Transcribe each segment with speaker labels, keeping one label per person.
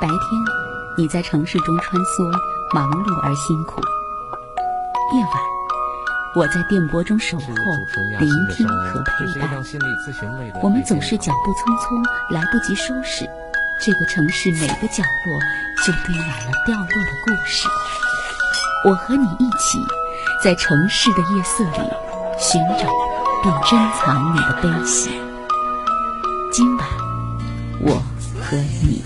Speaker 1: 白天，你在城市中穿梭，忙碌而辛苦；夜晚，我在电波中守候，聆听和陪伴。我们总是脚步匆匆，来不及收拾。这个城市每个角落就堆满了掉落的故事。我和你一起，在城市的夜色里寻找并珍藏你的悲喜。今晚，我和你。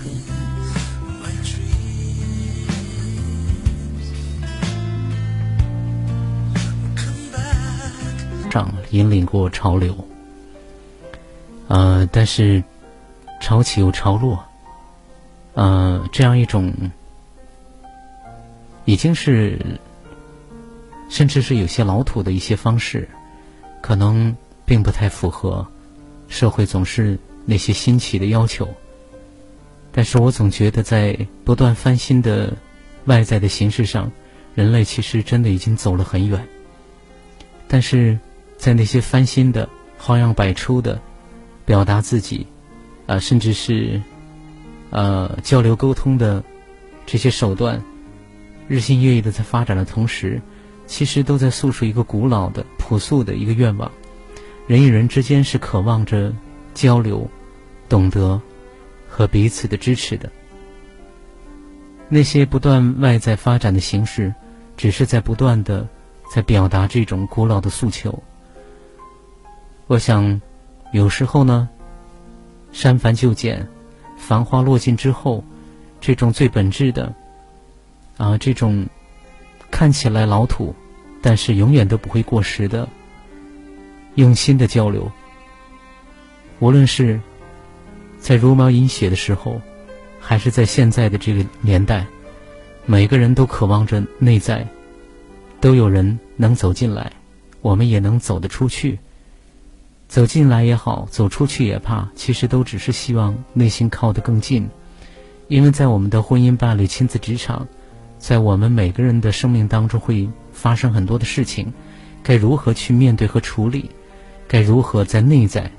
Speaker 2: 长引领过潮流，呃，但是潮起又潮落，呃，这样一种已经是，甚至是有些老土的一些方式，可能并不太符合社会总是那些新奇的要求。但是我总觉得，在不断翻新的外在的形式上，人类其实真的已经走了很远。但是在那些翻新的、花样百出的、表达自己，啊、甚至是呃交流沟通的这些手段，日新月异的在发展的同时，其实都在诉说一个古老的、朴素的一个愿望：人与人之间是渴望着交流、懂得和彼此的支持的。那些不断外在发展的形式，只是在不断的在表达这种古老的诉求。我想，有时候呢，删繁就简，繁花落尽之后，这种最本质的，啊，这种看起来老土，但是永远都不会过时的用心的交流，无论是在茹毛饮血的时候，还是在现在的这个年代，每个人都渴望着内在都有人能走进来，我们也能走得出去。走进来也好，走出去也罢，其实都只是希望内心靠得更近。因为在我们的婚姻、伴侣、亲子、职场，在我们每个人的生命当中会发生很多的事情，该如何去面对和处理？该如何在内在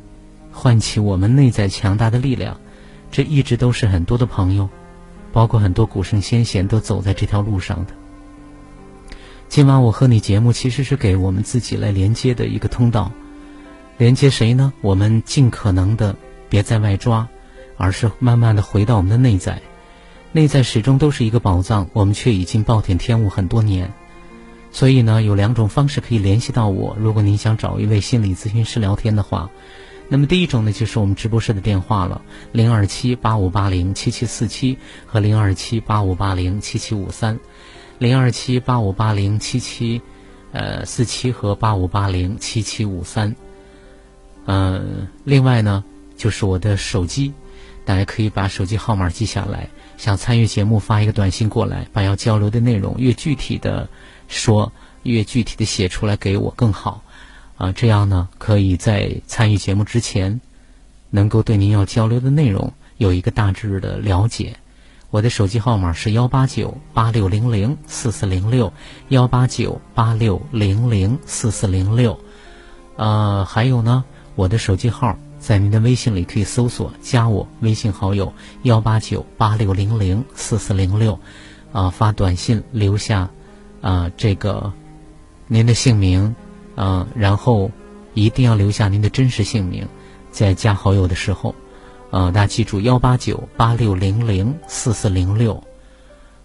Speaker 2: 唤起我们内在强大的力量？这一直都是很多的朋友，包括很多古圣先贤都走在这条路上的。今晚我和你节目其实是给我们自己来连接的一个通道，连接谁呢？我们尽可能的别在外抓，而是慢慢的回到我们的内在，内在始终都是一个宝藏，我们却已经暴殄天物很多年。所以呢，有两种方式可以联系到我。如果您想找一位心理咨询师聊天的话，那么第一种呢，就是我们直播室的电话了，零二七八五八零七七四七和零二七八五八零七七五三，零二七八五八零七七，呃，四七和八五八零七七五三。呃，另外呢，就是我的手机，大家可以把手机号码记下来。想参与节目，发一个短信过来，把要交流的内容越具体的说，越具体的写出来给我更好。啊、这样呢，可以在参与节目之前，能够对您要交流的内容有一个大致的了解。我的手机号码是幺八九八六零零四四零六，幺八九八六零零四四零六。呃，还有呢，我的手机号在您的微信里可以搜索加我微信好友幺八九八六零零四四零六，啊，发短信留下啊、这个您的姓名，啊，然后一定要留下您的真实姓名，在加好友的时候，呃，大家记住幺八九八六零零四四零六。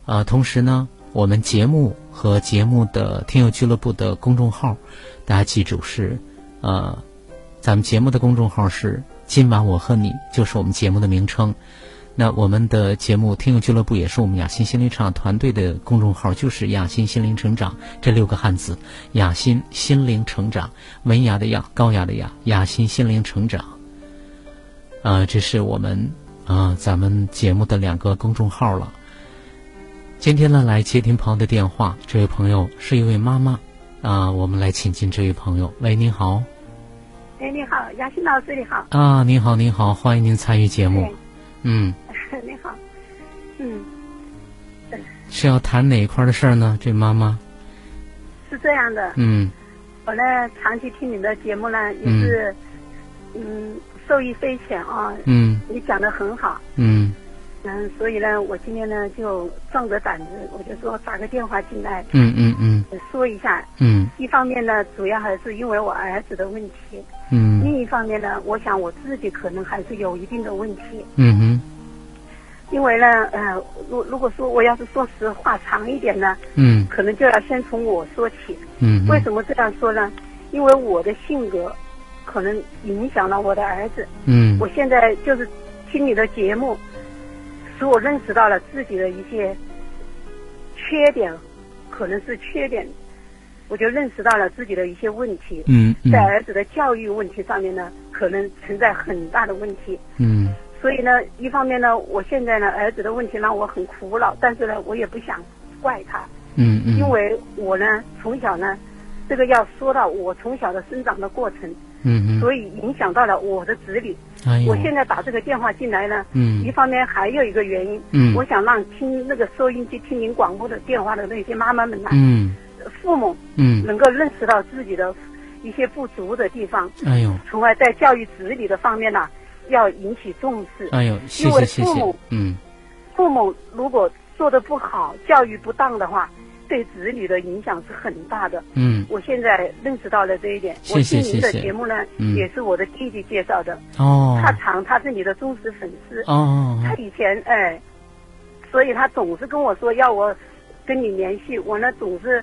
Speaker 2: 呃，同时呢，我们节目和节目的听友俱乐部的公众号，大家记住是，呃，咱们节目的公众号是“今晚我和你”，就是我们节目的名称。那我们的节目听友俱乐部也是我们雅欣心灵成长团队的公众号，就是“雅欣心灵成长”这六个汉字，“雅欣心灵成长”，文雅的雅，高雅的雅，雅欣心灵成长。呃，这是我们啊、呃咱们节目的两个公众号了。今天呢，来接听朋友的电话，这位朋友是一位妈妈啊、我们来请进这位朋友。喂，您好
Speaker 3: 哎，你好，雅欣老师，你好，
Speaker 2: 啊，您好，您好，欢迎您参与节目
Speaker 3: 哎。
Speaker 2: 嗯，
Speaker 3: 你好，嗯，
Speaker 2: 是要谈哪一块儿的事儿呢？这妈妈，
Speaker 3: 是这样的，
Speaker 2: 嗯
Speaker 3: 我呢长期听你的节目呢，也嗯是，嗯，受益匪浅啊，
Speaker 2: 嗯
Speaker 3: 你讲的很好，
Speaker 2: 嗯
Speaker 3: 嗯，所以呢，我今天呢就壮着胆子，我就说打个电话进来，
Speaker 2: 嗯嗯嗯，
Speaker 3: 说一下。
Speaker 2: 嗯
Speaker 3: 一方面呢，主要还是因为我儿子的问题；
Speaker 2: 嗯
Speaker 3: 另一方面呢，我想我自己可能还是有一定的问题。
Speaker 2: 嗯哼
Speaker 3: 因为呢，呃，如如果说我要是说实话长一点呢，
Speaker 2: 嗯
Speaker 3: 可能就要先从我说起。
Speaker 2: 嗯
Speaker 3: 为
Speaker 2: 哼
Speaker 3: 什么这样说呢？因为我的性格可能影响了我的儿子。
Speaker 2: 嗯
Speaker 3: 我现在就是听你的节目，使我认识到了自己的一些缺点，可能是缺点，我就认识到了自己的一些问题，
Speaker 2: 嗯嗯
Speaker 3: 在儿子的教育问题上面呢，可能存在很大的问题。
Speaker 2: 嗯
Speaker 3: 所以呢，一方面呢，我现在呢，儿子的问题让我很苦恼，但是呢，我也不想怪他，
Speaker 2: 嗯嗯，
Speaker 3: 因为我呢，从小呢，这个要说到我从小的生长的过程，
Speaker 2: 嗯哼，
Speaker 3: 所以影响到了我的子女。
Speaker 2: 哎呦
Speaker 3: 我，现在打这个电话进来呢，
Speaker 2: 嗯
Speaker 3: 一方面还有一个原因，
Speaker 2: 嗯
Speaker 3: 我想让听那个收音机、听您广播的电话的那些妈妈们呐、
Speaker 2: 嗯
Speaker 3: 父母
Speaker 2: 嗯，
Speaker 3: 能够认识到自己的一些不足的地方，
Speaker 2: 哎呦
Speaker 3: 从而在教育子女的方面呢、要引起重视。
Speaker 2: 哎呦，谢谢谢谢，嗯
Speaker 3: 父母如果做的不好、教育不当的话，对子女的影响是很大的。
Speaker 2: 嗯，
Speaker 3: 我现在认识到了这一点。
Speaker 2: 谢谢
Speaker 3: 我听您的
Speaker 2: 谢谢
Speaker 3: 节目呢，
Speaker 2: 嗯
Speaker 3: 也是我的弟弟介绍的。
Speaker 2: 哦
Speaker 3: 他常他是你的忠实粉丝。
Speaker 2: 哦
Speaker 3: 他以前哎，所以他总是跟我说要我跟你联系，我呢总是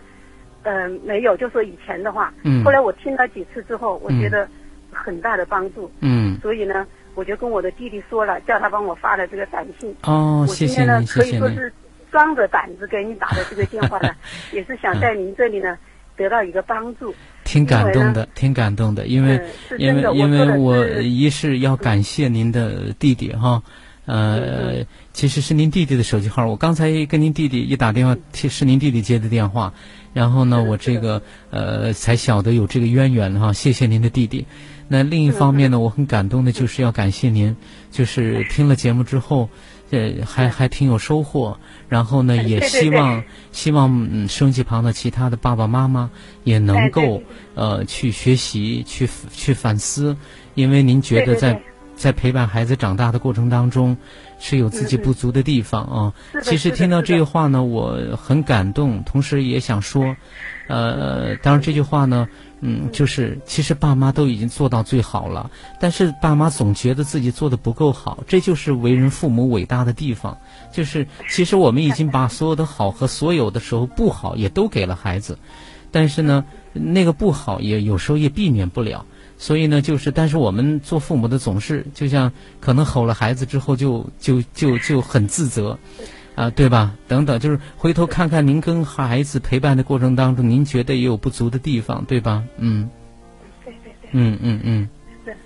Speaker 3: 嗯、呃没有，就说以前的话。
Speaker 2: 嗯
Speaker 3: 后来我听了几次之后，我
Speaker 2: 嗯
Speaker 3: 觉得很大的帮助，
Speaker 2: 嗯
Speaker 3: 所以呢，我就跟我的弟弟说了，叫他帮我发了这个短信。
Speaker 2: 哦，谢
Speaker 3: 我今
Speaker 2: 谢
Speaker 3: 天呢
Speaker 2: 您谢
Speaker 3: 可以
Speaker 2: 谢
Speaker 3: 说
Speaker 2: 您，
Speaker 3: 是壮着胆子给你打的这个电话 呢，也是想在您这里呢得到一个帮助。
Speaker 2: 挺感动的，挺感动的，因为
Speaker 3: 嗯是
Speaker 2: 因
Speaker 3: 真的
Speaker 2: 为因为
Speaker 3: 我
Speaker 2: 我
Speaker 3: 做的是
Speaker 2: 一是要感谢您的弟弟哈，
Speaker 3: 嗯
Speaker 2: 呃，其实是您弟弟的手机号，我刚才跟您弟弟一打电话，是是您弟弟接的电话，然后呢，
Speaker 3: 嗯是的
Speaker 2: 我
Speaker 3: 是
Speaker 2: 这
Speaker 3: 的
Speaker 2: 个呃才晓得有这个渊源哈，谢谢您的弟弟。那
Speaker 3: 嗯
Speaker 2: 另一方面呢，我很感动的就是要感谢您，就是听了节目之后，呃，还还挺有收获。然后呢，
Speaker 3: 哎
Speaker 2: 也
Speaker 3: 对对
Speaker 2: 希
Speaker 3: 对
Speaker 2: 望希望嗯，收音机旁的其他的爸爸妈妈也能
Speaker 3: 哎对
Speaker 2: 够
Speaker 3: 对
Speaker 2: 呃去学习、去去反思，因为您觉得
Speaker 3: 对对
Speaker 2: 在
Speaker 3: 对
Speaker 2: 在陪伴孩子长大的过程当中，是有自己
Speaker 3: 嗯嗯
Speaker 2: 不足的地方啊。
Speaker 3: 是的
Speaker 2: 其实
Speaker 3: 是的
Speaker 2: 听到
Speaker 3: 是
Speaker 2: 这
Speaker 3: 的
Speaker 2: 个话呢，我很感动，同时也想说，呃，当然这句话呢，嗯，就是其实爸妈都已经做到最好了，但是爸妈总觉得自己做的不够好，这就是为人父母伟大的地方。就是其实我们已经把所有的好和所有的时候不好也都给了孩子，但是呢，那个不好也有时候也避免不了。所以呢，就是，但是我们做父母的总是，就像可能吼了孩子之后就，就就就很自责，啊，对吧？等等，就是回头看看您跟孩子陪伴的过程当中，您觉得也有不足的地方，对吧？嗯
Speaker 3: 对对对。
Speaker 2: 嗯嗯嗯
Speaker 3: 是，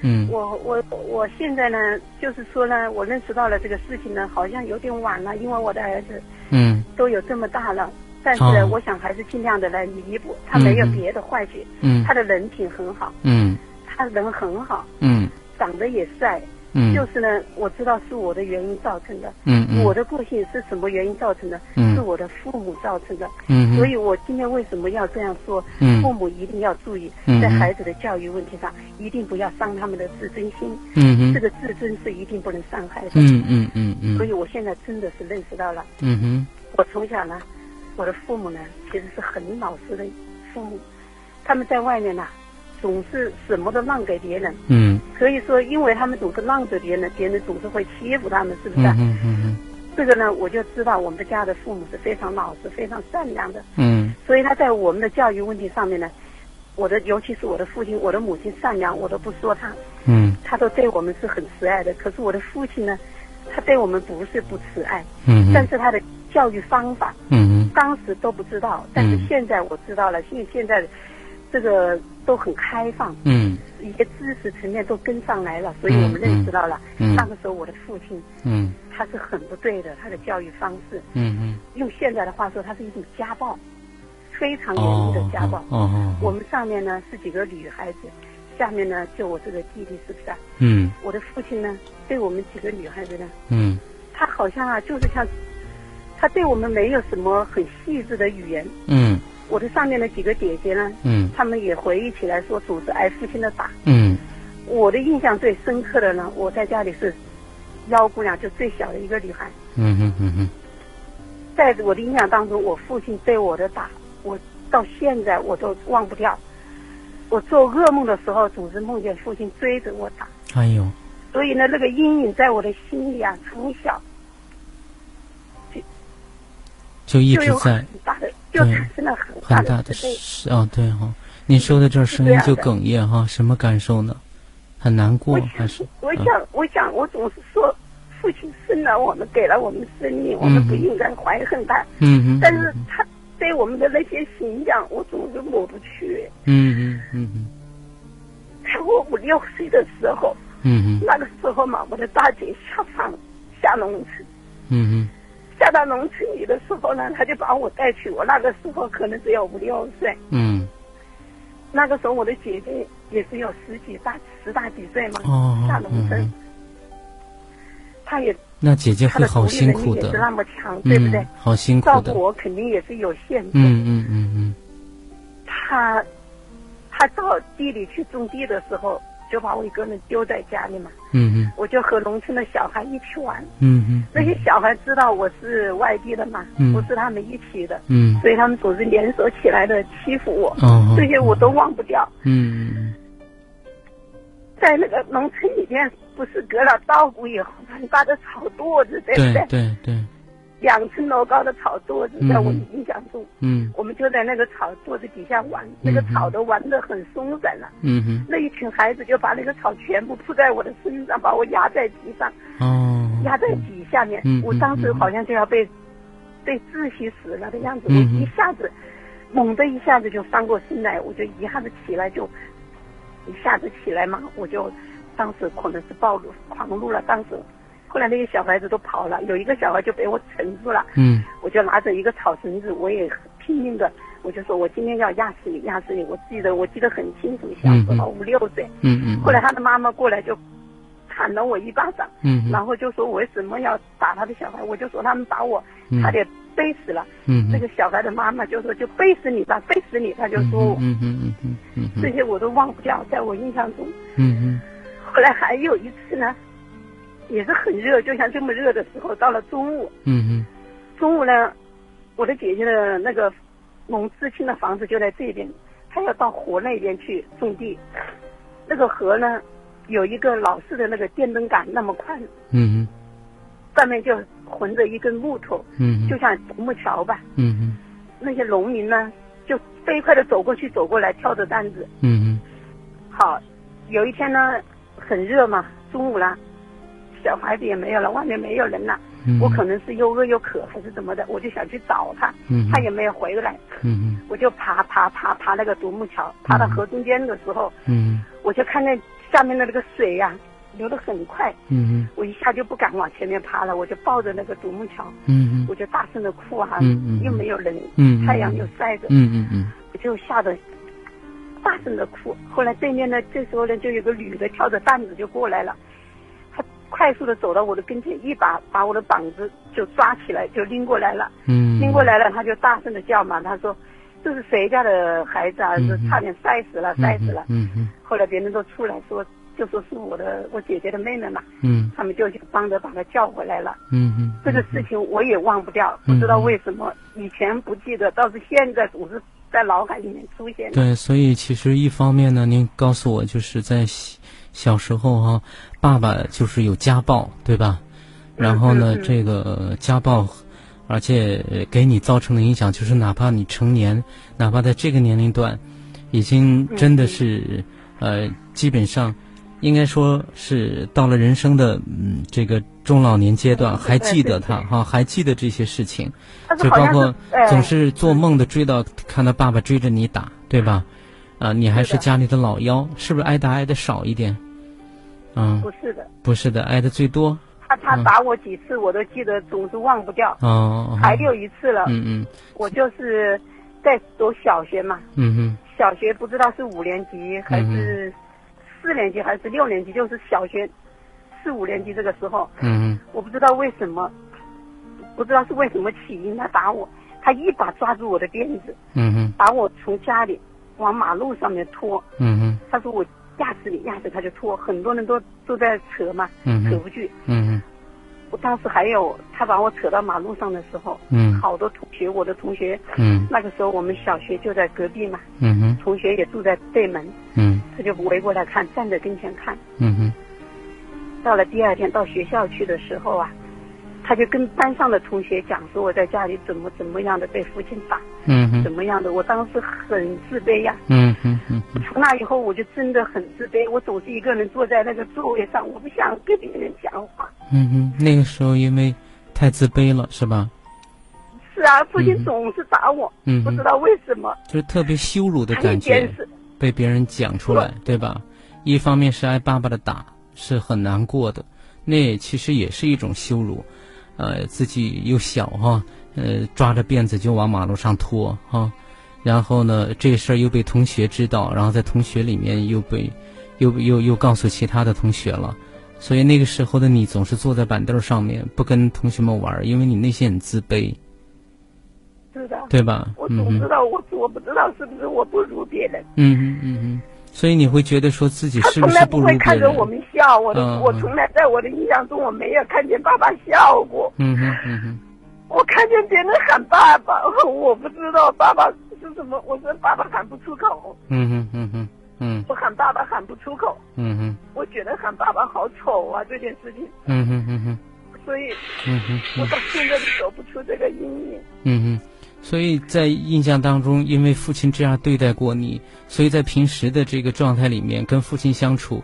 Speaker 2: 嗯
Speaker 3: 我我我现在呢，就是说呢，我认识到了这个事情呢，好像有点晚了，因为我的儿子
Speaker 2: 嗯
Speaker 3: 都有这么大了。但是呢，
Speaker 2: 哦
Speaker 3: 我想还是尽量的来弥补，他没有
Speaker 2: 嗯嗯
Speaker 3: 别的坏处，
Speaker 2: 嗯
Speaker 3: 他的人品很好，
Speaker 2: 嗯
Speaker 3: 他人很好，
Speaker 2: 嗯
Speaker 3: 长得也帅。
Speaker 2: 嗯，
Speaker 3: 就是呢，我知道是我的原因造成的，
Speaker 2: 嗯嗯
Speaker 3: 我的个性是什么原因造成的？
Speaker 2: 嗯
Speaker 3: 是我的父母造成的。
Speaker 2: 嗯
Speaker 3: 所以我今天为什么要这样说？
Speaker 2: 嗯
Speaker 3: 父母一定要注意
Speaker 2: 嗯，
Speaker 3: 在
Speaker 2: 嗯
Speaker 3: 孩子的教育问题上，一定不要伤他们的自尊心。
Speaker 2: 嗯嗯
Speaker 3: 这个自尊是一定不能伤害的。
Speaker 2: 嗯嗯嗯嗯
Speaker 3: 所以我现在真的是认识到了，
Speaker 2: 嗯哼
Speaker 3: 我从小呢，我的父母呢其实是很老实的父母，他们在外面呐、总是什么都让给别人，
Speaker 2: 嗯
Speaker 3: 所以说因为他们总是让着别人，别人总是会欺负他们，是不是啊？
Speaker 2: 嗯嗯嗯
Speaker 3: 这个呢，我就知道我们的家的父母是非常老实、非常善良的，
Speaker 2: 嗯
Speaker 3: 所以他在我们的教育问题上面呢，我的尤其是我的父亲、我的母亲善良，我都不说他，
Speaker 2: 嗯
Speaker 3: 他都对我们是很慈爱的。可是我的父亲呢，他对我们不是不慈爱，
Speaker 2: 嗯
Speaker 3: 但是他的教育方法
Speaker 2: 嗯
Speaker 3: 当时都不知道，但是现在我知道了，现现在这个都很开放，
Speaker 2: 嗯
Speaker 3: 一些知识层面都跟上来了，所以我们认识到了，
Speaker 2: 嗯嗯
Speaker 3: 那个时候我的父亲
Speaker 2: 嗯
Speaker 3: 他是很不对的，他的教育方式，
Speaker 2: 嗯
Speaker 3: 用现在的话说，他是一种家暴，非常严
Speaker 2: 哦
Speaker 3: 厉的家暴。
Speaker 2: 哦哦
Speaker 3: 我们上面呢是几个女孩子，下面呢就我这个弟弟，是不是、啊？
Speaker 2: 嗯
Speaker 3: 我的父亲呢对我们几个女孩子呢，
Speaker 2: 嗯
Speaker 3: 他好像啊就是像，他对我们没有什么很细致的语言。
Speaker 2: 嗯
Speaker 3: 我的上面的几个姐姐呢，
Speaker 2: 嗯
Speaker 3: 她们也回忆起来说，哎总是挨父亲的打。
Speaker 2: 嗯
Speaker 3: 我的印象最深刻的呢，我在家里是幺姑娘，就最小的一个女孩。
Speaker 2: 嗯哼嗯哼，
Speaker 3: 在我的印象当中，我父亲对我的打，我到现在我都忘不掉。我做噩梦的时候，总是梦见父亲追着我打。
Speaker 2: 哎呦，
Speaker 3: 所以呢，那个阴影在我的心里啊，从小
Speaker 2: 就一
Speaker 3: 就
Speaker 2: 直
Speaker 3: 有
Speaker 2: 在
Speaker 3: 很大的，就
Speaker 2: 对
Speaker 3: 产生了很
Speaker 2: 很
Speaker 3: 大
Speaker 2: 大
Speaker 3: 的
Speaker 2: 的
Speaker 3: 自卑
Speaker 2: 是哦，对哈、哦，你说到这儿声音就哽咽哈、什么感受呢？很难过
Speaker 3: 我
Speaker 2: 还
Speaker 3: 想
Speaker 2: 是？，
Speaker 3: 我
Speaker 2: 嗯
Speaker 3: 想，我想，我总是说，父亲生了我们，给了我们生命，我们
Speaker 2: 嗯
Speaker 3: 不应该怀恨他。
Speaker 2: 嗯哼，
Speaker 3: 但是他对我们的那些形象，我总是抹不去。
Speaker 2: 嗯嗯嗯嗯
Speaker 3: 我五六岁的时候，
Speaker 2: 嗯嗯
Speaker 3: 那个时候嘛，我的大姐下放下农村，
Speaker 2: 嗯
Speaker 3: 下到农村里的时候呢，她就把我带去。我那个时候可能只有五六岁，
Speaker 2: 嗯
Speaker 3: 那个时候我的姐姐也只有十几大十大几岁嘛，
Speaker 2: 哦
Speaker 3: 下农村，
Speaker 2: 嗯
Speaker 3: 她也
Speaker 2: 那姐姐
Speaker 3: 她
Speaker 2: 会
Speaker 3: 的
Speaker 2: 好
Speaker 3: 独立
Speaker 2: 辛
Speaker 3: 能
Speaker 2: 苦
Speaker 3: 力也
Speaker 2: 的
Speaker 3: 是，那么强，对不对
Speaker 2: 嗯？，好辛
Speaker 3: 照
Speaker 2: 苦的
Speaker 3: 顾，我肯定也是有限制。
Speaker 2: 嗯嗯嗯嗯，
Speaker 3: 他他到地里去种地的时候，就把我一个人丢在家里嘛，
Speaker 2: 嗯
Speaker 3: 我就和农村的小孩一起玩。
Speaker 2: 嗯嗯
Speaker 3: 那些小孩知道我是外地的嘛，
Speaker 2: 嗯
Speaker 3: 我是他们一起的，
Speaker 2: 嗯，
Speaker 3: 所以他们总是联手起来的欺负我，
Speaker 2: 哦，
Speaker 3: 这些我都忘不掉。
Speaker 2: 嗯
Speaker 3: 在那个农村里面，不是隔了稻谷以后，很大的草垛子，对不
Speaker 2: 对
Speaker 3: 对？
Speaker 2: 对对，
Speaker 3: 两层楼高的草垛子，在我的印象中，
Speaker 2: 嗯
Speaker 3: 我们就在那个草垛子底下玩，那个
Speaker 2: 嗯哼
Speaker 3: 草都玩得很松散了、
Speaker 2: 嗯哼，
Speaker 3: 那一群孩子就把那个草全部铺在我的身上，把我压在地上，
Speaker 2: 哦，
Speaker 3: 压在底下面。
Speaker 2: 嗯嗯
Speaker 3: 我当时好像就要被被窒息死了的样子，
Speaker 2: 嗯
Speaker 3: 我
Speaker 2: 嗯
Speaker 3: 一下子猛地一下子就翻过身来，我就一下子起来就一下子起来嘛，我就当时可能是暴露狂怒了，当时。后来那些小孩子都跑了，有一个小孩就被我缠住了，
Speaker 2: 嗯
Speaker 3: 我就拿着一个草绳子，我也拼命的，我就说我今天要压死你，压死你！我记得我记得很清楚，小时候五六岁。
Speaker 2: 嗯嗯，
Speaker 3: 后来他的妈妈过来就砍了我一巴掌，
Speaker 2: 嗯
Speaker 3: 然后就说我为什么要打他的小孩？我就说他们把我
Speaker 2: 嗯
Speaker 3: 差点背死了。
Speaker 2: 嗯
Speaker 3: 那个小孩的妈妈就说就背死你吧，背死你！他就说我
Speaker 2: 嗯嗯嗯嗯
Speaker 3: 这
Speaker 2: 嗯
Speaker 3: 些我都忘不掉，在我印象中。
Speaker 2: 嗯
Speaker 3: 后来还有一次呢，也是很热，就像这么热的时候，到了中午，
Speaker 2: 嗯嗯
Speaker 3: 中午呢，我的姐姐的那个某知青的房子就在这边，她要到河那边去种地。那个河呢，有一个老式的那个电灯杆那么宽，
Speaker 2: 嗯
Speaker 3: 上面就横着一根木头，
Speaker 2: 嗯
Speaker 3: 就像独木桥吧。
Speaker 2: 嗯
Speaker 3: 那些农民呢，就飞快的走过去，走过来，挑着担子。
Speaker 2: 嗯
Speaker 3: 好，有一天呢，很热嘛，中午了，小孩子也没有了，外面没有人了，
Speaker 2: 嗯，
Speaker 3: 我可能是又饿又渴还是怎么的，我就想去找他，
Speaker 2: 嗯
Speaker 3: 他也没有回来。
Speaker 2: 嗯
Speaker 3: 我就爬爬爬爬那个独木桥，爬到河中间的时候，
Speaker 2: 嗯
Speaker 3: 我就看见下面的那个水呀、流得很快，
Speaker 2: 嗯
Speaker 3: 我一下就不敢往前面爬了，我就抱着那个独木桥，
Speaker 2: 嗯
Speaker 3: 我就大声的哭啊，
Speaker 2: 嗯嗯
Speaker 3: 又没有人，
Speaker 2: 嗯嗯
Speaker 3: 太阳又晒着，
Speaker 2: 嗯嗯
Speaker 3: 我就吓得大声的哭。后来对面呢，这时候呢，就有个女的挑着担子就过来了，她快速的走到我的跟前，一把把我的膀子就抓起来，就拎过来了。
Speaker 2: 嗯，
Speaker 3: 拎过来了，他就大声的叫嘛，他说这是谁家的孩子啊？
Speaker 2: 嗯
Speaker 3: 说
Speaker 2: 嗯
Speaker 3: 差点晒死了，晒死了。
Speaker 2: 嗯嗯
Speaker 3: 后来别人都出来说，就说是我的我姐姐的妹妹嘛，
Speaker 2: 嗯
Speaker 3: 他们就去帮着把她叫回来了。
Speaker 2: 嗯嗯，
Speaker 3: 这个事情我也忘不掉，不
Speaker 2: 嗯
Speaker 3: 知道为什么以前不记得，倒是现在总是在脑海里面出现。
Speaker 2: 对，所以其实一方面呢，您告诉我就是在小小时候哈、爸爸就是有家暴，对吧？然后呢，
Speaker 3: 嗯嗯
Speaker 2: 这个家暴，而且呃给你造成的影响就是，哪怕你成年，哪怕在这个年龄段，已经
Speaker 3: 嗯
Speaker 2: 真的是、呃，基本上应该说是到了人生的嗯这个中老年阶
Speaker 3: 嗯
Speaker 2: 段，还记得他哈、还记得这些事情。
Speaker 3: 但是
Speaker 2: 就
Speaker 3: 好
Speaker 2: 包
Speaker 3: 像
Speaker 2: 括
Speaker 3: 是哎，
Speaker 2: 总是做梦的追到，看到爸爸追着你打，对吧？啊、你还
Speaker 3: 是
Speaker 2: 是
Speaker 3: 的
Speaker 2: 家里的老幺，是不是挨打挨的少一点？嗯，
Speaker 3: 不是的，
Speaker 2: 不是的，挨的最多。
Speaker 3: 他他
Speaker 2: 嗯
Speaker 3: 打我几次我都记得，总是忘不掉。
Speaker 2: 哦，
Speaker 3: 还有一次了，
Speaker 2: 嗯嗯
Speaker 3: 我就是在读小学嘛，
Speaker 2: 嗯嗯
Speaker 3: 小学不知道是五年级还是四年级还是六年级，就是小学四五年级这个时候，
Speaker 2: 嗯
Speaker 3: 我不知道为什么，不知道是为什么起因，他打我，他一把抓住我的辫子，
Speaker 2: 嗯嗯
Speaker 3: 把我从家里往马路上面拖，
Speaker 2: 嗯
Speaker 3: 他说我压死你，压死他就拖，很多人都都在扯嘛，
Speaker 2: 嗯
Speaker 3: 扯
Speaker 2: 嗯
Speaker 3: 不住，
Speaker 2: 嗯
Speaker 3: 当时还有他把我扯到马路上的时候，
Speaker 2: 嗯
Speaker 3: 好多同学，我的同学，
Speaker 2: 嗯
Speaker 3: 那个时候我们小学就在隔壁嘛，
Speaker 2: 嗯哼
Speaker 3: 同学也住在对门，
Speaker 2: 嗯
Speaker 3: 他就围过来看，站在跟前看。
Speaker 2: 嗯哼
Speaker 3: 到了第二天到学校去的时候啊，他就跟班上的同学讲说我在家里怎么怎么样的被父亲打，
Speaker 2: 嗯哼
Speaker 3: 怎么样的，我当时很自卑呀、
Speaker 2: 嗯哼嗯哼
Speaker 3: 从那以后我就真的很自卑，我总是一个人坐在那个座位上，我不想跟别人讲话。
Speaker 2: 嗯哼，那个时候因为太自卑了，是吧？
Speaker 3: 是啊，父
Speaker 2: 嗯
Speaker 3: 亲总是打我，
Speaker 2: 嗯
Speaker 3: 不
Speaker 2: 哼
Speaker 3: 知，道为什么。
Speaker 2: 就是特别羞辱的
Speaker 3: 还有一
Speaker 2: 感
Speaker 3: 点
Speaker 2: 觉，
Speaker 3: 是，
Speaker 2: 被别人讲出来，对吧？一方面是挨爸爸的打，是很难过的，那其实也是一种羞辱。呃，自己又小哈，呃，抓着辫子就往马路上拖哈，然后呢，这事儿又被同学知道，然后在同学里面又被，又又又告诉其他的同学了。所以那个时候的你总是坐在板凳上面，不跟同学们玩儿，因为你内心很自卑，
Speaker 3: 是的。
Speaker 2: 对吧？
Speaker 3: 我
Speaker 2: 嗯
Speaker 3: 总
Speaker 2: 哼
Speaker 3: 知道，我我不知道是不是我不如别人，
Speaker 2: 嗯哼嗯哼，所以你会觉得说自己
Speaker 3: 他
Speaker 2: 是
Speaker 3: 从
Speaker 2: 是
Speaker 3: 来
Speaker 2: 不
Speaker 3: 不
Speaker 2: 如
Speaker 3: 会
Speaker 2: 别
Speaker 3: 看
Speaker 2: 人
Speaker 3: 着？我们笑，我的、
Speaker 2: 嗯
Speaker 3: 我从来在我的印象中我没有看见爸爸笑过，
Speaker 2: 嗯哼嗯哼
Speaker 3: 我看见别人喊爸爸， 我不知道爸爸是什么，我说爸爸喊不出口，
Speaker 2: 嗯哼嗯哼嗯
Speaker 3: 我喊爸爸喊不出口，
Speaker 2: 嗯哼
Speaker 3: 我觉得喊爸爸好丑啊这件事情，
Speaker 2: 嗯哼嗯哼
Speaker 3: 所以
Speaker 2: 嗯哼
Speaker 3: 我到现在都走不出这个阴影。
Speaker 2: 嗯哼，所以在印象当中，因为父亲这样对待过你，所以在平时的这个状态里面跟父亲相处，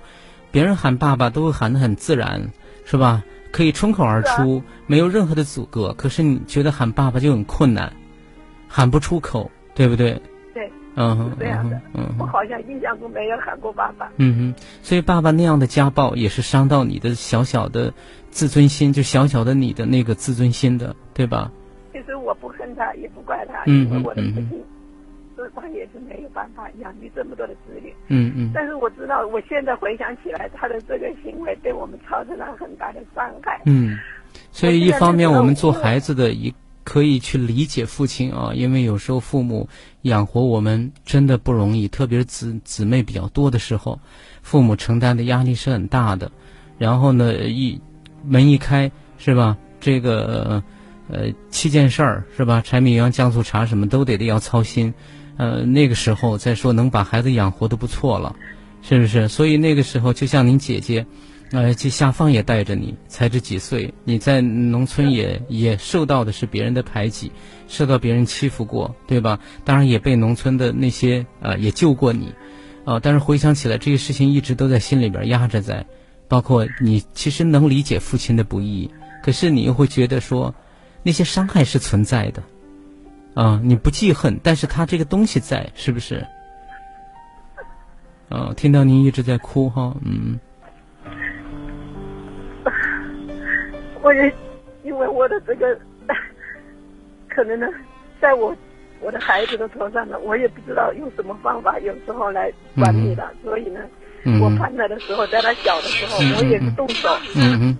Speaker 2: 别人喊爸爸都会喊得很自然，是吧？可以冲口而出，没有任何的阻隔。可是你觉得喊爸爸就很困难，喊不出口，对不对？
Speaker 3: 对，
Speaker 2: 嗯哼
Speaker 3: 是这
Speaker 2: 嗯
Speaker 3: 样
Speaker 2: 哼
Speaker 3: 的
Speaker 2: 嗯哼
Speaker 3: 我。好像印象中没有喊过爸爸。
Speaker 2: 嗯哼，所以爸爸那样的家暴也是伤到你的小小的自尊心，就小小的你的那个自尊心的，对吧？
Speaker 3: 其实我不恨他，也不怪他，
Speaker 2: 嗯
Speaker 3: 因为我的父
Speaker 2: 嗯
Speaker 3: 亲，是他也是没有办法养育这么多的子女。
Speaker 2: 嗯嗯
Speaker 3: 但是我知道，我现在回想起来，他的这个行为对我们造成了很大的伤害。
Speaker 2: 嗯，所以一方面
Speaker 3: 我现在就知道
Speaker 2: 我们做孩子的一可以去理解父亲啊，因为有时候父母养活我们真的不容易，特别是姊姊妹比较多的时候，父母承担的压力是很大的。然后呢，一门一开是吧？这个呃七件事儿是吧？柴米油盐酱醋茶什么都得得要操心。呃，那个时候再说能把孩子养活的不错了，是不是？所以那个时候就像您姐姐，呃，这下放也带着你，才这几岁，你在农村也也受到的是别人的排挤，受到别人欺负过，对吧？当然也被农村的那些呃也救过你，啊、但是回想起来，这些事情一直都在心里边压着在，包括你其实能理解父亲的不易，可是你又会觉得说，那些伤害是存在的，啊、你不记恨，但是他这个东西在，是不是？啊、听到您一直在哭哈，嗯
Speaker 3: 我也因为我的这个， 可能呢，在我我的孩子的头上呢，我也不知道用什么方法，有时候来管理他。所以呢，
Speaker 2: 嗯
Speaker 3: 我
Speaker 2: 哼
Speaker 3: 判断的时候，在他小的时候，
Speaker 2: 嗯
Speaker 3: 我也是动手，
Speaker 2: 嗯哼，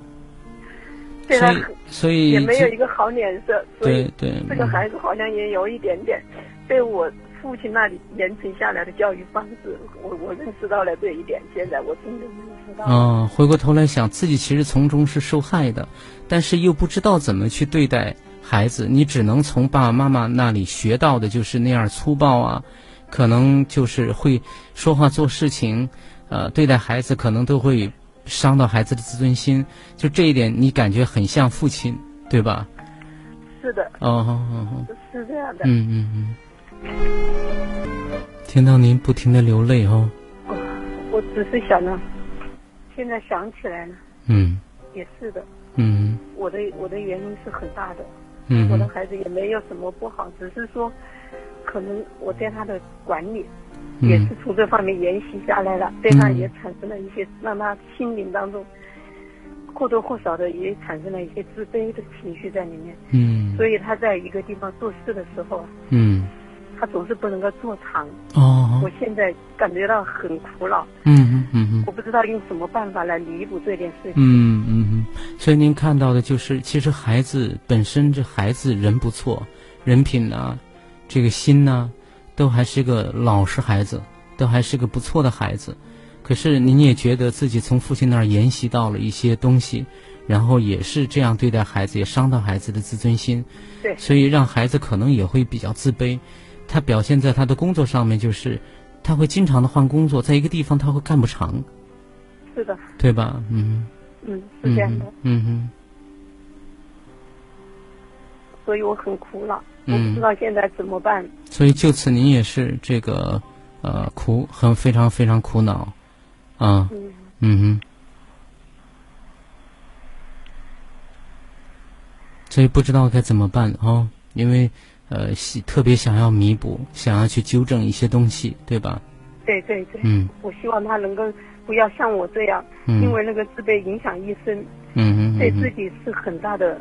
Speaker 3: 对他
Speaker 2: 所以
Speaker 3: 也
Speaker 2: 所以
Speaker 3: 没有一
Speaker 2: 这
Speaker 3: 个好脸色，所以
Speaker 2: 对对
Speaker 3: 这个
Speaker 2: 嗯
Speaker 3: 孩子好像也有一点点被我父亲那里延承下来的教育方式，我我认识到了这一点，现在我真的认识到了。
Speaker 2: 啊、回过头来想，自己其实从中是受害的，但是又不知道怎么去对待孩子，你只能从爸爸妈妈那里学到的就是那样粗暴啊，可能就是会说话做事情，呃，对待孩子可能都会伤到孩子的自尊心，就这一点你感觉很像父亲，对吧？
Speaker 3: 是的，
Speaker 2: 哦，好好好。
Speaker 3: 是这样的。
Speaker 2: 嗯嗯嗯。听到您不停的流泪哦，
Speaker 3: 我只是想呢，现在想起来呢，
Speaker 2: 嗯
Speaker 3: 也是的，
Speaker 2: 嗯
Speaker 3: 我的我的原因是很大的，
Speaker 2: 嗯
Speaker 3: 我的
Speaker 2: 嗯
Speaker 3: 孩子也没有什么不好，只是说，可能我对他的管理
Speaker 2: 嗯
Speaker 3: 也是从这方面沿袭下来了，对他
Speaker 2: 嗯
Speaker 3: 也产生了一些让他心灵当中或多或少的也产生了一些自卑的情绪在里面，
Speaker 2: 嗯
Speaker 3: 所以他在一个地方做事的时候啊，
Speaker 2: 嗯
Speaker 3: 他总是不能够做长，
Speaker 2: 哦
Speaker 3: 我现在感觉到很苦恼，
Speaker 2: 嗯嗯嗯
Speaker 3: 我不知道用什么办法来弥补这件事情。
Speaker 2: 嗯嗯，所以您看到的就是，其实孩子本身这孩子人不错，人品呐、这个心呐、都还是个老实孩子，都还是个不错的孩子。可是您也觉得自己从父亲那儿沿袭到了一些东西，然后也是这样对待孩子，也伤到孩子的自尊心，
Speaker 3: 对，
Speaker 2: 所以让孩子可能也会比较自卑。他表现在他的工作上面，就是他会经常的换工作，在一个地方他会干不长，
Speaker 3: 是的，
Speaker 2: 对吧？嗯
Speaker 3: 嗯，是
Speaker 2: 嗯
Speaker 3: 这样的，
Speaker 2: 哼嗯哼
Speaker 3: 所以我很苦恼，我
Speaker 2: 嗯
Speaker 3: 不知道现在怎么办。
Speaker 2: 所以就此您也是这个呃苦很非常非常苦恼啊，
Speaker 3: 嗯
Speaker 2: 嗯哼，所以不知道该怎么办哦，因为呃喜特别想要弥补，想要去纠正一些东西，对吧？
Speaker 3: 对对对，
Speaker 2: 嗯
Speaker 3: 我希望他能够不要像我这样，
Speaker 2: 嗯
Speaker 3: 因为那个自卑影响一生，
Speaker 2: 嗯哼
Speaker 3: 对
Speaker 2: 嗯
Speaker 3: 自
Speaker 2: 哼
Speaker 3: 己是很大的、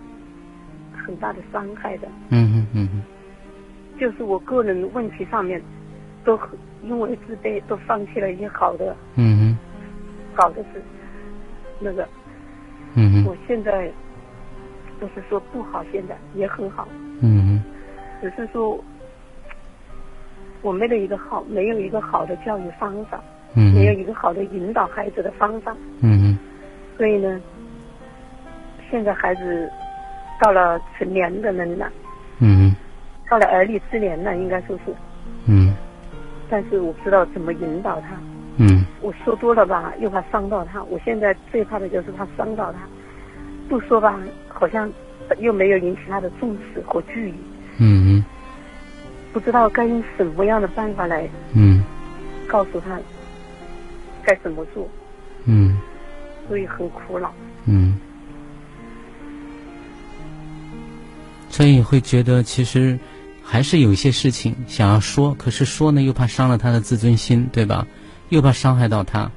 Speaker 3: 很大的伤害的。
Speaker 2: 嗯哼嗯哼
Speaker 3: 就是我个人问题上面，都很因为自卑都放弃了一些好的、
Speaker 2: 嗯哼
Speaker 3: 好的事。那个，
Speaker 2: 嗯
Speaker 3: 我
Speaker 2: 哼
Speaker 3: 现在不是说不好，现在也很好，
Speaker 2: 嗯哼
Speaker 3: 只是说我没有一个好，没有一个好的教育方法，
Speaker 2: 嗯
Speaker 3: 没有
Speaker 2: 哼
Speaker 3: 一个好的引导孩子的方法。
Speaker 2: 嗯哼
Speaker 3: 所以呢，现在孩子到了成年的人了，
Speaker 2: 嗯哼
Speaker 3: 到了而立之年了，应该说是，
Speaker 2: 嗯
Speaker 3: 但是我不知道怎么引导他。
Speaker 2: 嗯
Speaker 3: 我说多了吧，又怕伤到他。我现在最怕的就是怕伤到他，不说吧，好像又没有引起他的重视和注意，
Speaker 2: 嗯哼
Speaker 3: 不知道该用什么样的办法来
Speaker 2: 嗯
Speaker 3: 告诉他该怎么做，
Speaker 2: 嗯
Speaker 3: 所以很苦恼。
Speaker 2: 嗯，所以会觉得其实还是有一些事情想要说，可是说呢又怕伤了他的自尊心，对吧？又怕伤害到他，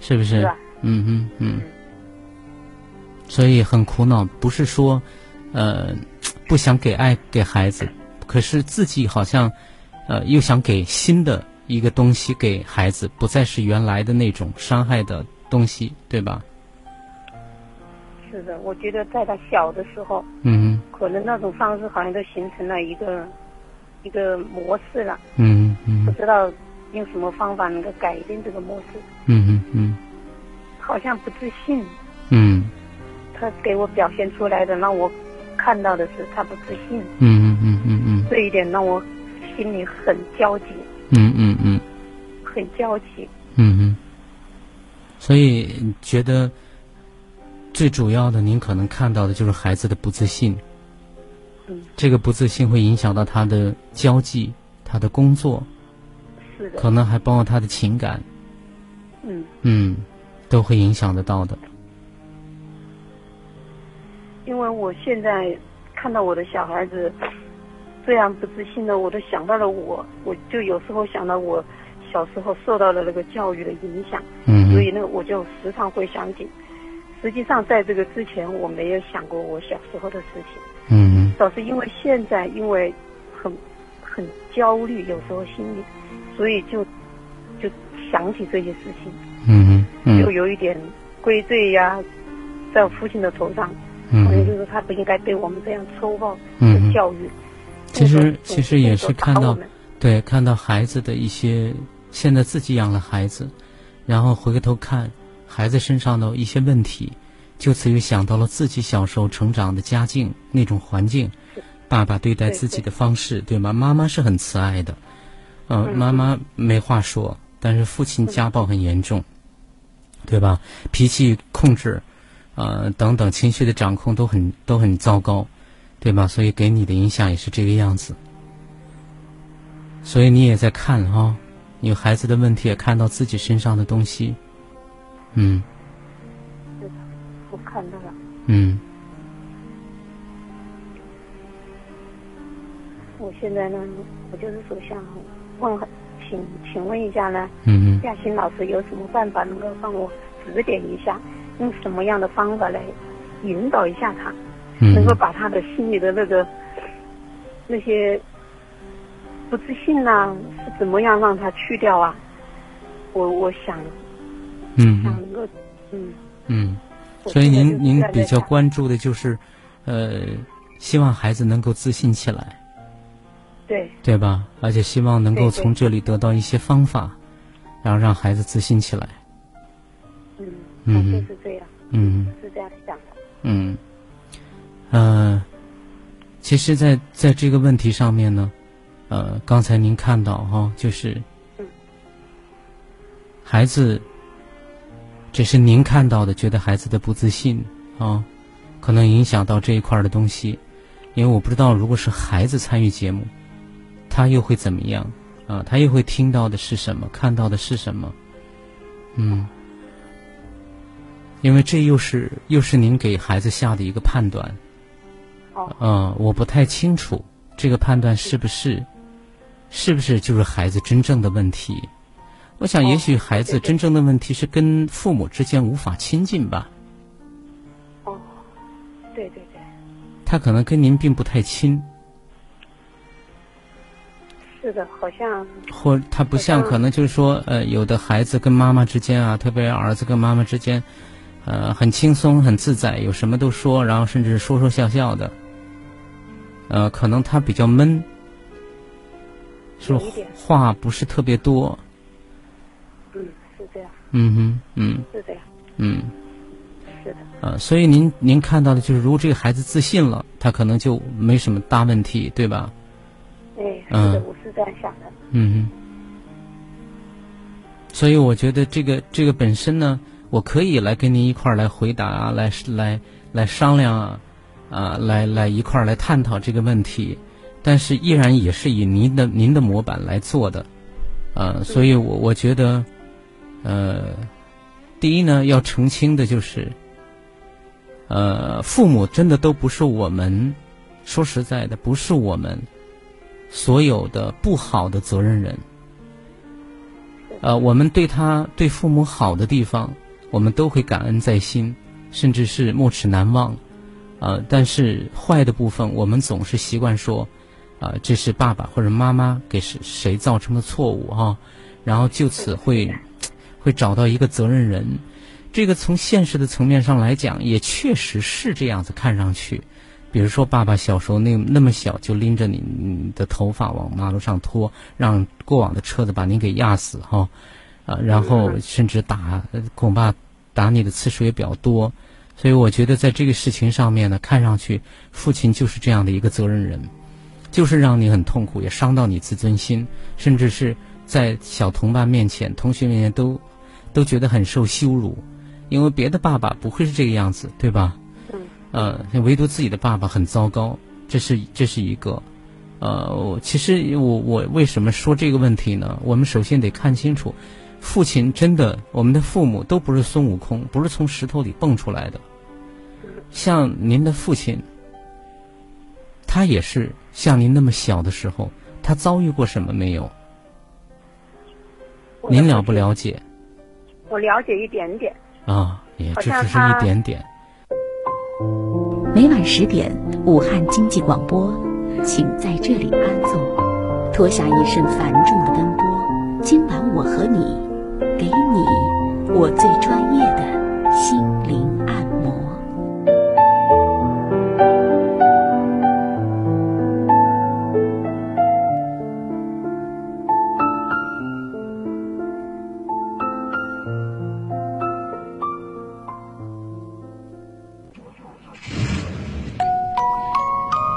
Speaker 2: 是不是？
Speaker 3: 是啊
Speaker 2: 嗯嗯嗯。所以很苦恼，不是说，呃，不想给爱给孩子，可是自己好像，呃，又想给新的一个东西给孩子，不再是原来的那种伤害的东西，对吧？
Speaker 3: 是的，我觉得在他小的时候，
Speaker 2: 嗯
Speaker 3: 可能那种方式好像都形成了一个一个模式了，
Speaker 2: 嗯嗯。
Speaker 3: 不知道用什么方法能够改变这个模式。
Speaker 2: 嗯嗯
Speaker 3: 好像不自信，
Speaker 2: 嗯
Speaker 3: 他给我表现出来的让我看到的是他不自信，
Speaker 2: 嗯嗯嗯嗯
Speaker 3: 这一点让我心里很焦急，
Speaker 2: 嗯嗯嗯
Speaker 3: 很焦急。
Speaker 2: 嗯嗯。所以觉得最主要的，您可能看到的就是孩子的不自信。
Speaker 3: 嗯，
Speaker 2: 这个不自信会影响到他的交际、他的工作，
Speaker 3: 是的，
Speaker 2: 可能还包括他的情感，
Speaker 3: 嗯，
Speaker 2: 嗯，都会影响得到的。
Speaker 3: 因为我现在看到我的小孩子这样不自信的，我都想到了我，我就有时候想到我小时候受到了那个教育的影响，
Speaker 2: 嗯
Speaker 3: 所以呢，我就时常会想起。实际上，在这个之前，我没有想过我小时候的事情。
Speaker 2: 嗯
Speaker 3: 倒是因为现在因为很很焦虑，有时候心里，所以就就想起这些事情，
Speaker 2: 嗯嗯
Speaker 3: 就有一点归罪呀、在我父亲的头上，好像就
Speaker 2: 嗯
Speaker 3: 是他不应该对我们这样粗暴
Speaker 2: 嗯
Speaker 3: 的。教育。
Speaker 2: 其实
Speaker 3: 动手
Speaker 2: 其实也是看到
Speaker 3: 动手打我们
Speaker 2: 对，看到孩子的一些，现在自己养了孩子，然后回过头看孩子身上的一些问题，就此又想到了自己小时候成长的家境那种环境，爸爸对待
Speaker 3: 对
Speaker 2: 自己
Speaker 3: 对
Speaker 2: 的方式，对吗？妈妈是很慈爱的，嗯，妈妈没话说，但是父亲家暴很严重，对吧？脾气控制，呃，等等情绪的掌控都很都很糟糕，对吧？所以给你的影响也是这个样子。所以你也在看哈、有孩子的问题也看到自己身上的东西，嗯
Speaker 3: 我看到了，
Speaker 2: 嗯
Speaker 3: 我现在呢，我就是说想问，请请问一下呢，
Speaker 2: 嗯
Speaker 3: 亚欣老师有什么办法能够帮我指点一下，用什么样的方法来引导一下他？能够
Speaker 2: 嗯
Speaker 3: 把他的心里的那个那些不自信呐、是怎么样让他去掉啊？我我想
Speaker 2: 嗯
Speaker 3: 想
Speaker 2: 嗯
Speaker 3: 能够，嗯，
Speaker 2: 嗯，
Speaker 3: 我
Speaker 2: 所以
Speaker 3: 现在
Speaker 2: 您
Speaker 3: 就是
Speaker 2: 您
Speaker 3: 在
Speaker 2: 比较
Speaker 3: 想
Speaker 2: 关注的就是，呃，希望孩子能够自信起来，
Speaker 3: 对
Speaker 2: 对吧？而且希望能够
Speaker 3: 对对
Speaker 2: 从这里得到一些方法，然后让孩子自信起来。
Speaker 3: 嗯，
Speaker 2: 嗯
Speaker 3: 我就是这样
Speaker 2: 嗯
Speaker 3: 是这样想的，
Speaker 2: 嗯，呃，其实在，在在这个问题上面呢，呃，刚才您看到哈、就是
Speaker 3: 嗯
Speaker 2: 孩子，只是您看到的，觉得孩子的不自信啊，可能影响到这一块儿的东西，因为我不知道，如果是孩子参与节目，他又会怎么样啊？他又会听到的是什么，看到的是什么？嗯，因为这又是又是您给孩子下的一个判断。
Speaker 3: 哦
Speaker 2: 嗯，我不太清楚这个判断是不是，是不是就是孩子真正的问题？我想，
Speaker 3: 哦
Speaker 2: 也许孩
Speaker 3: 对
Speaker 2: 子
Speaker 3: 对
Speaker 2: 真正的问题是跟父母之间无法亲近吧，
Speaker 3: 哦，对对对，
Speaker 2: 他可能跟您并不太亲，
Speaker 3: 是的，好像
Speaker 2: 或他不像
Speaker 3: 好像
Speaker 2: 可能就是说，呃，有的孩子跟妈妈之间啊，特别儿子跟妈妈之间，呃，很轻松很自在，有什么都说，然后甚至说说笑笑的，呃，可能他比较闷，是
Speaker 3: 有
Speaker 2: 不
Speaker 3: 一
Speaker 2: 是
Speaker 3: 点
Speaker 2: 话不是特别多，
Speaker 3: 嗯是这样，
Speaker 2: 嗯哼，嗯
Speaker 3: 是这样，
Speaker 2: 嗯。
Speaker 3: 是的，
Speaker 2: 呃，所以您您看到的就是，如果这个孩子自信了，他可能就没什么大问题，对吧？
Speaker 3: 哎，
Speaker 2: 嗯
Speaker 3: 是的，我是这样想的，
Speaker 2: 嗯哼。所以我觉得这个这个本身呢，我可以来跟您一块儿来回答啊，来来来商量啊，啊，来来一块儿来探讨这个问题，但是依然也是以您的您的模板来做的，啊，所以我我觉得，呃，第一呢，要澄清的就是，呃，父母真的都不是我们，说实在的，不是我们所有的不好的责任人。呃，我们对他对父母好的地方，我们都会感恩在心，甚至是没齿难忘。呃，但是坏的部分，我们总是习惯说，啊、这是爸爸或者妈妈给谁谁造成的错误哈、然后就此会会找到一个责任人。这个从现实的层面上来讲，也确实是这样子，看上去。比如说，爸爸小时候那那么小就拎着你你的头发往马路上拖，让过往的车子把你给压死哈，啊、然后甚至打，呃恐怕打你的次数也比较多，所以我觉得在这个事情上面呢，看上去父亲就是这样的一个责任人，就是让你很痛苦，也伤到你自尊心，甚至是在小同伴面前、同学面前都都觉得很受羞辱，因为别的爸爸不会是这个样子，对吧？
Speaker 3: 嗯
Speaker 2: 呃，唯独自己的爸爸很糟糕，这是这是一个。呃，我其实我我为什么说这个问题呢？我们首先得看清楚，父亲真的，我们的父母都不是孙悟空，不是从石头里蹦出来的。像您的父亲，他也是像您那么小的时候，他遭遇过什么没有？
Speaker 3: 我的
Speaker 2: 您了不
Speaker 3: 父亲？
Speaker 2: 了解
Speaker 3: 我了解一点点，
Speaker 2: 啊？也
Speaker 3: 好
Speaker 2: 这
Speaker 3: 像
Speaker 2: 只是
Speaker 3: 他
Speaker 2: 一点点。
Speaker 1: 每晚十点，武汉经济广播，请在这里安坐，脱下一身繁重的奔波。今晚我和你，给你我最专业的心灵按摩。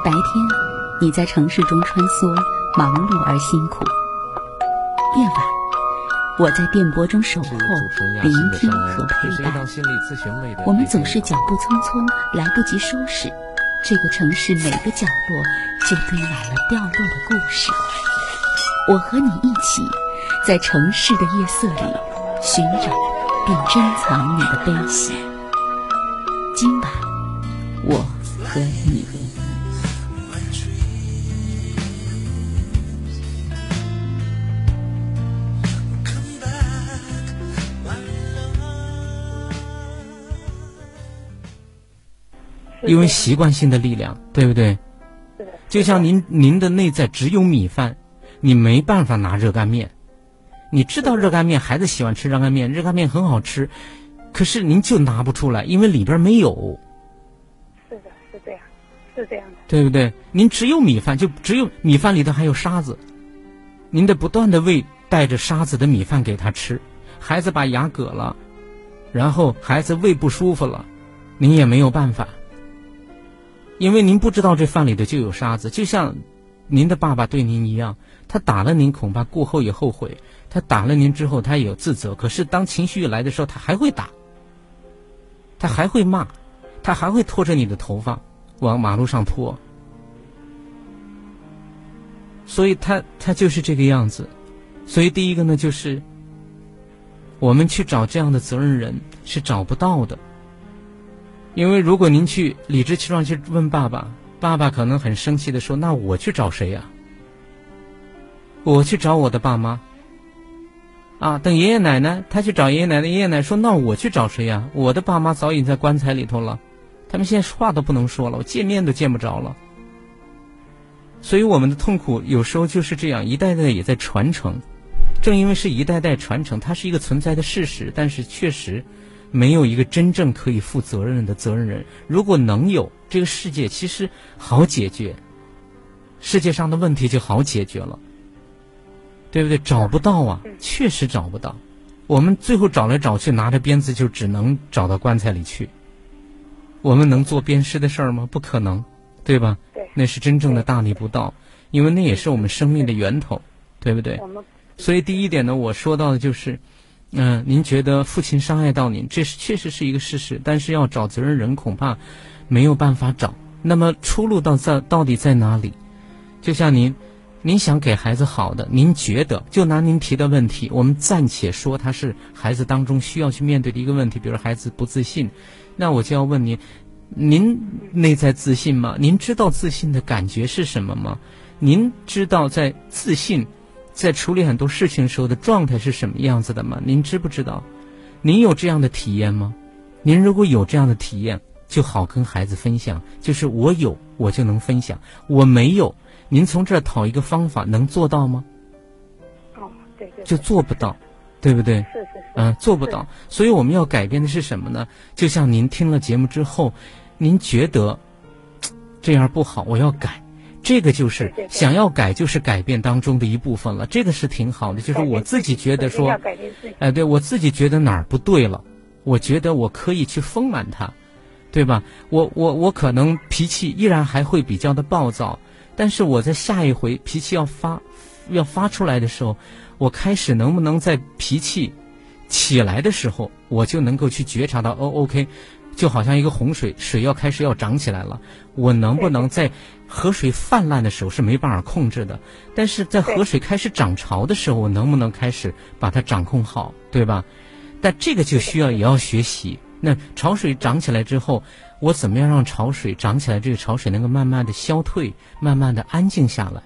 Speaker 1: 白天，你在城市中穿梭，忙碌而辛苦；夜晚，我在电波中守
Speaker 4: 是
Speaker 1: 候
Speaker 4: 主持人，亚
Speaker 1: 聆
Speaker 4: 欣的
Speaker 1: 听
Speaker 4: 商人
Speaker 1: 和
Speaker 4: 这是
Speaker 1: 陪
Speaker 4: 一
Speaker 1: 伴
Speaker 4: 档。心理咨询类的
Speaker 1: 我们
Speaker 4: 节
Speaker 1: 总
Speaker 4: 目
Speaker 1: 是脚步匆匆，来不及收拾。这个城市每个角落就堆满了掉落的故事。我和你一起，在城市的夜色里寻找并珍藏你的悲喜。今晚，我和你。
Speaker 3: 是
Speaker 2: 因为
Speaker 3: 这样
Speaker 2: 习惯性的力量，对不对？
Speaker 3: 是的
Speaker 2: 就像您您的内在只有米饭，你没办法拿热干面。你知道热干面，孩子喜欢吃热干面，热干面很好吃，可是您就拿不出来，因为里边没有，
Speaker 3: 是的，是这样，是这样的，
Speaker 2: 对不对？您只有米饭，就只有米饭里头还有沙子，您得不断的喂带着沙子的米饭给他吃，孩子把牙割了，然后孩子胃不舒服了，您也没有办法，因为您不知道这饭里头就有沙子，就像您的爸爸对您一样，他打了您，恐怕过后也后悔；他打了您之后，他也有自责。可是当情绪来的时候，他还会打，他还会骂，他还会拖着你的头发往马路上泼。所以他他就是这个样子。所以第一个呢，就是我们去找这样的责任人是找不到的。因为如果您去理直气壮去问爸爸，爸爸可能很生气的说：“那我去找谁呀、啊？我去找我的爸妈。”啊，等爷爷奶奶，他去找爷爷奶奶，爷爷奶奶说：“那我去找谁呀、啊？我的爸妈早已在棺材里头了，他们现在话都不能说了，我见面都见不着了。”所以我们的痛苦有时候就是这样，一代代也在传承。正因为是一代代传承，它是一个存在的事实，但是确实。没有一个真正可以负责任的责任人。如果能有，这个世界其实好解决，世界上的问题就好解决了，对不对？找不到啊，确实找不到。我们最后找来找去，拿着鞭子就只能找到棺材里去。我们能做鞭尸的事儿吗？不可能，对吧？
Speaker 3: 对，
Speaker 2: 那是真正的大逆不道，因为那也是我们生命的源头，对不对？所以第一点呢，我说到的就是。嗯、呃，您觉得父亲伤害到您，这是确实是一个事实，但是要找责任人恐怕没有办法找。那么出路到在到底在哪里？就像您，您想给孩子好的，您觉得就拿您提的问题，我们暂且说他是孩子当中需要去面对的一个问题，比如孩子不自信，那我就要问您，您内在自信吗？您知道自信的感觉是什么吗？您知道在自信？在处理很多事情时候的状态是什么样子的吗？您知不知道？您有这样的体验吗？您如果有这样的体验，就好跟孩子分享。就是我有，我就能分享；我没有，您从这儿讨一个方法，能做到吗？
Speaker 3: 哦，对对,对，
Speaker 2: 就做不到，对不对？
Speaker 3: 是是是，
Speaker 2: 嗯、呃，做不到。所以我们要改变的是什么呢？就像您听了节目之后，您觉得这样不好，我要改。这个就是想要改，就是改变当中的一部分了。这个是挺好的，就是我自己觉得说，
Speaker 3: 哎、
Speaker 2: 呃，对我自己觉得哪儿不对了，我觉得我可以去丰满它，对吧？我我我可能脾气依然还会比较的暴躁，但是我在下一回脾气要发要发出来的时候，我开始能不能在脾气起来的时候，我就能够去觉察到，哦，OK。就好像一个洪水，水要开始要涨起来了，我能不能在河水泛滥的时候是没办法控制的，但是在河水开始涨潮的时候，我能不能开始把它掌控好，对吧？但这个就需要也要学习。那潮水涨起来之后，我怎么样让潮水涨起来？这个潮水能够慢慢的消退，慢慢的安静下来。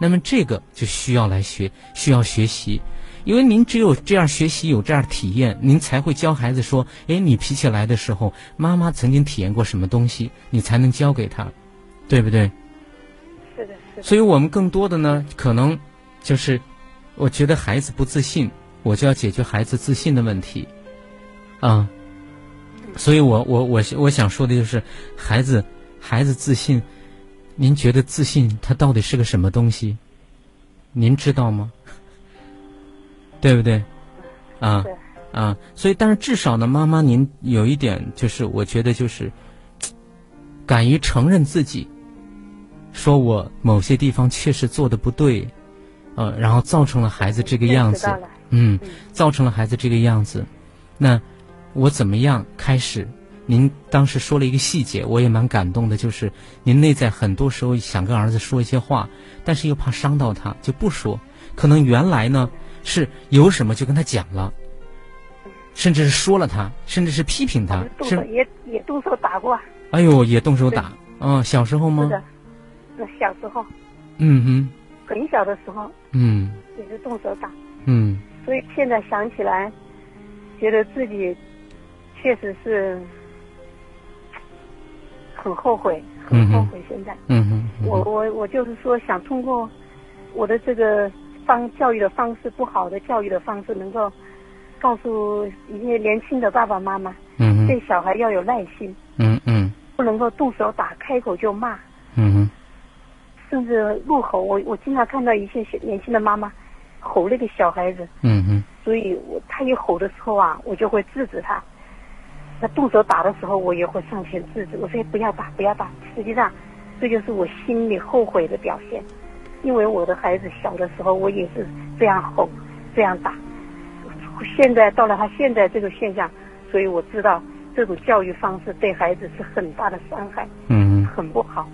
Speaker 2: 那么这个就需要来学，需要学习。因为您只有这样学习，有这样体验，您才会教孩子说：“哎，你脾气来的时候，妈妈曾经体验过什么东西，你才能教给他，对不
Speaker 3: 对？”是的，是的。
Speaker 2: 所以我们更多的呢，可能就是，我觉得孩子不自信，我就要解决孩子自信的问题，啊、嗯。所以我我我我想说的就是，孩子孩子自信，您觉得自信它到底是个什么东西？您知道吗？ 对不对？啊啊，所以，但是至少呢，妈妈，您有一点就是，我觉得就是，敢于承认自己，说我某些地方确实做的不对，呃，然后造成了孩子这个样子，嗯，造成了孩子这个样子，那我怎么样开始？您当时说了一个细节，我也蛮感动的，就是您内在很多时候想跟儿子说一些话，但是又怕伤到他，就不说。可能原来呢。是有什么就跟他讲了，甚至是说了他，甚至是批评他，是
Speaker 3: 也也哦动手打过。
Speaker 2: 哎呦，也动手打啊、哦！小时候吗？
Speaker 3: 是的，那小时候。
Speaker 2: 嗯哼。
Speaker 3: 很小的时候。
Speaker 2: 嗯。
Speaker 3: 也是动手打。
Speaker 2: 嗯。
Speaker 3: 所以现在想起来，觉得自己确实是很后悔，很后悔。现在。
Speaker 2: 嗯哼。嗯哼
Speaker 3: 我我我就是说，想通过我的这个。方教育的方式不好的教育的方式，能够告诉一些年轻的爸爸妈妈，
Speaker 2: 嗯，
Speaker 3: 对小孩要有耐心，
Speaker 2: 嗯嗯，
Speaker 3: 不能够动手打，开口就骂，
Speaker 2: 嗯
Speaker 3: 甚至怒吼。我我经常看到一些年轻的妈妈吼那个小孩子，
Speaker 2: 嗯
Speaker 3: 所以我他一吼的时候啊，我就会制止他，那动手打的时候，我也会上前制止，我说不要打，不要打。实际上，这就是我心里后悔的表现，因为我的孩子小的时候，我也是这样吼，这样打。现在到了他现在这个现象，所以我知道这种教育方式对孩子是很大的伤害，
Speaker 2: 嗯，
Speaker 3: 很不好，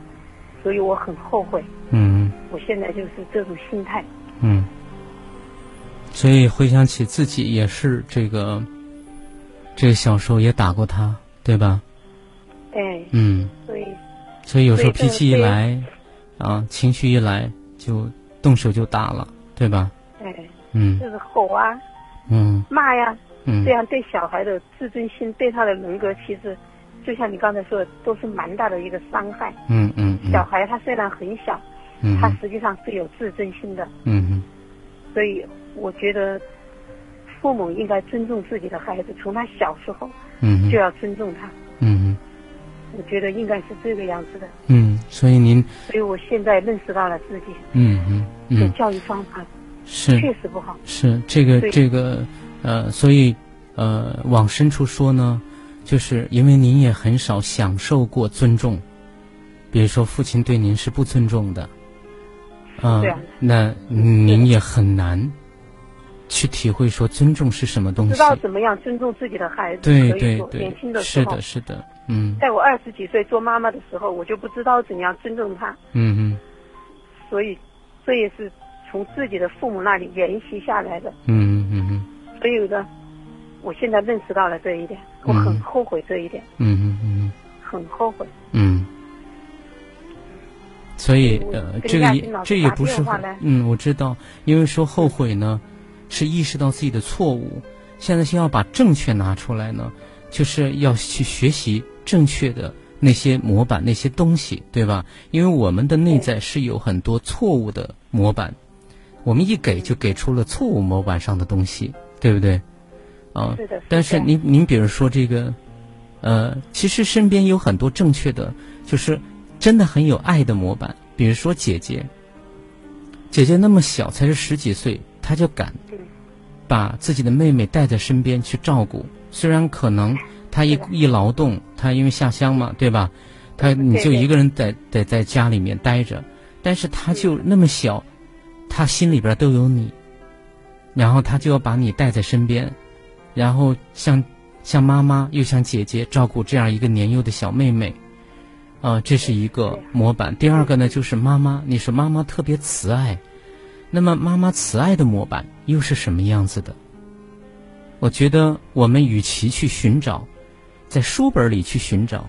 Speaker 3: 所以我很后悔。
Speaker 2: 嗯，
Speaker 3: 我现在就是这种心态。
Speaker 2: 嗯，所以回想起自己也是这个，这个小时候也打过他，对吧？
Speaker 3: 哎，
Speaker 2: 嗯，
Speaker 3: 所以
Speaker 2: 所以有时候脾气一来，啊，情绪一来就动手就打了，对吧？
Speaker 3: 哎，
Speaker 2: 嗯
Speaker 3: 就是吼啊，
Speaker 2: 嗯
Speaker 3: 骂呀、
Speaker 2: 嗯
Speaker 3: 这，样对小孩的自尊心，对他的人格，其实就像你刚才说的，都是蛮大的一个伤害。
Speaker 2: 嗯嗯嗯，
Speaker 3: 啊小孩他虽然很小，
Speaker 2: 嗯
Speaker 3: 他实际上是有自尊心的，
Speaker 2: 嗯嗯
Speaker 3: 所以我觉得父母应该尊重自己的孩子，从他小时候
Speaker 2: 嗯
Speaker 3: 就要尊重他。
Speaker 2: 嗯
Speaker 3: 我觉得应该是这个样子的，
Speaker 2: 嗯，所以您
Speaker 3: 所以我现在认识到了自己
Speaker 2: 嗯嗯
Speaker 3: 的
Speaker 2: 嗯
Speaker 3: 教育方法
Speaker 2: 是
Speaker 3: 确实不好。
Speaker 2: 是这个
Speaker 3: 对
Speaker 2: 这个呃，所以呃，往深处说呢，就是因为您也很少享受过尊重，比如说父亲对您是不尊重的，啊、
Speaker 3: 对啊
Speaker 2: 那您也很难去体会说尊重是什么东
Speaker 3: 知
Speaker 2: 西。
Speaker 3: 道怎么样尊重自己的孩子，
Speaker 2: 对
Speaker 3: 所以
Speaker 2: 对
Speaker 3: 说年
Speaker 2: 对，
Speaker 3: 轻的时
Speaker 2: 是
Speaker 3: 候
Speaker 2: 的，，是的，嗯
Speaker 3: 在我二十几岁做妈妈的时候，我就不知道怎样尊重他。
Speaker 2: 嗯嗯
Speaker 3: 所以这也是从自己的父母那里沿袭下来的。
Speaker 2: 嗯嗯嗯
Speaker 3: 所以呢，我现在认识到了这一点，我很后悔这一点，
Speaker 2: 嗯嗯
Speaker 3: 很后悔。
Speaker 2: 嗯。所以，呃，
Speaker 3: 嗯给
Speaker 2: 这
Speaker 3: 亚
Speaker 2: 个
Speaker 3: 军
Speaker 2: 也
Speaker 3: 老师
Speaker 2: 这也
Speaker 3: 打
Speaker 2: 不
Speaker 3: 电
Speaker 2: 是
Speaker 3: 话
Speaker 2: 很
Speaker 3: 来
Speaker 2: 嗯，我知道，因为说后悔呢，是意识到自己的错误，现在先要把正确拿出来呢，就是要去学习正确的那些模板、那些东西，对吧？因为我们的内在是有很多错误的模板，我们一给就给出了错误模板上的东西，对不对？啊、
Speaker 3: 是的，
Speaker 2: 但是
Speaker 3: 的
Speaker 2: 您您比如说这个，呃，其实身边有很多正确的，就是真的很有爱的模板，比如说姐姐，姐姐那么小，才是十几岁，她就敢
Speaker 3: 嗯
Speaker 2: 把自己的妹妹带在身边去照顾，虽然可能她一
Speaker 3: 是的
Speaker 2: 一劳动，她因为下乡嘛，对吧？她你就
Speaker 3: 对对
Speaker 2: 一个人在在在家里面待着，但是她就那么小，她心里边都有你，然后她就要把你带在身边，然后像像妈妈又像姐姐照顾这样一个年幼的小妹妹，啊、这是一个模板。第二个呢，就是妈妈，你说妈妈特别慈爱，那么妈妈慈爱的模板又是什么样子的？我觉得我们与其去寻找，在书本里去寻找，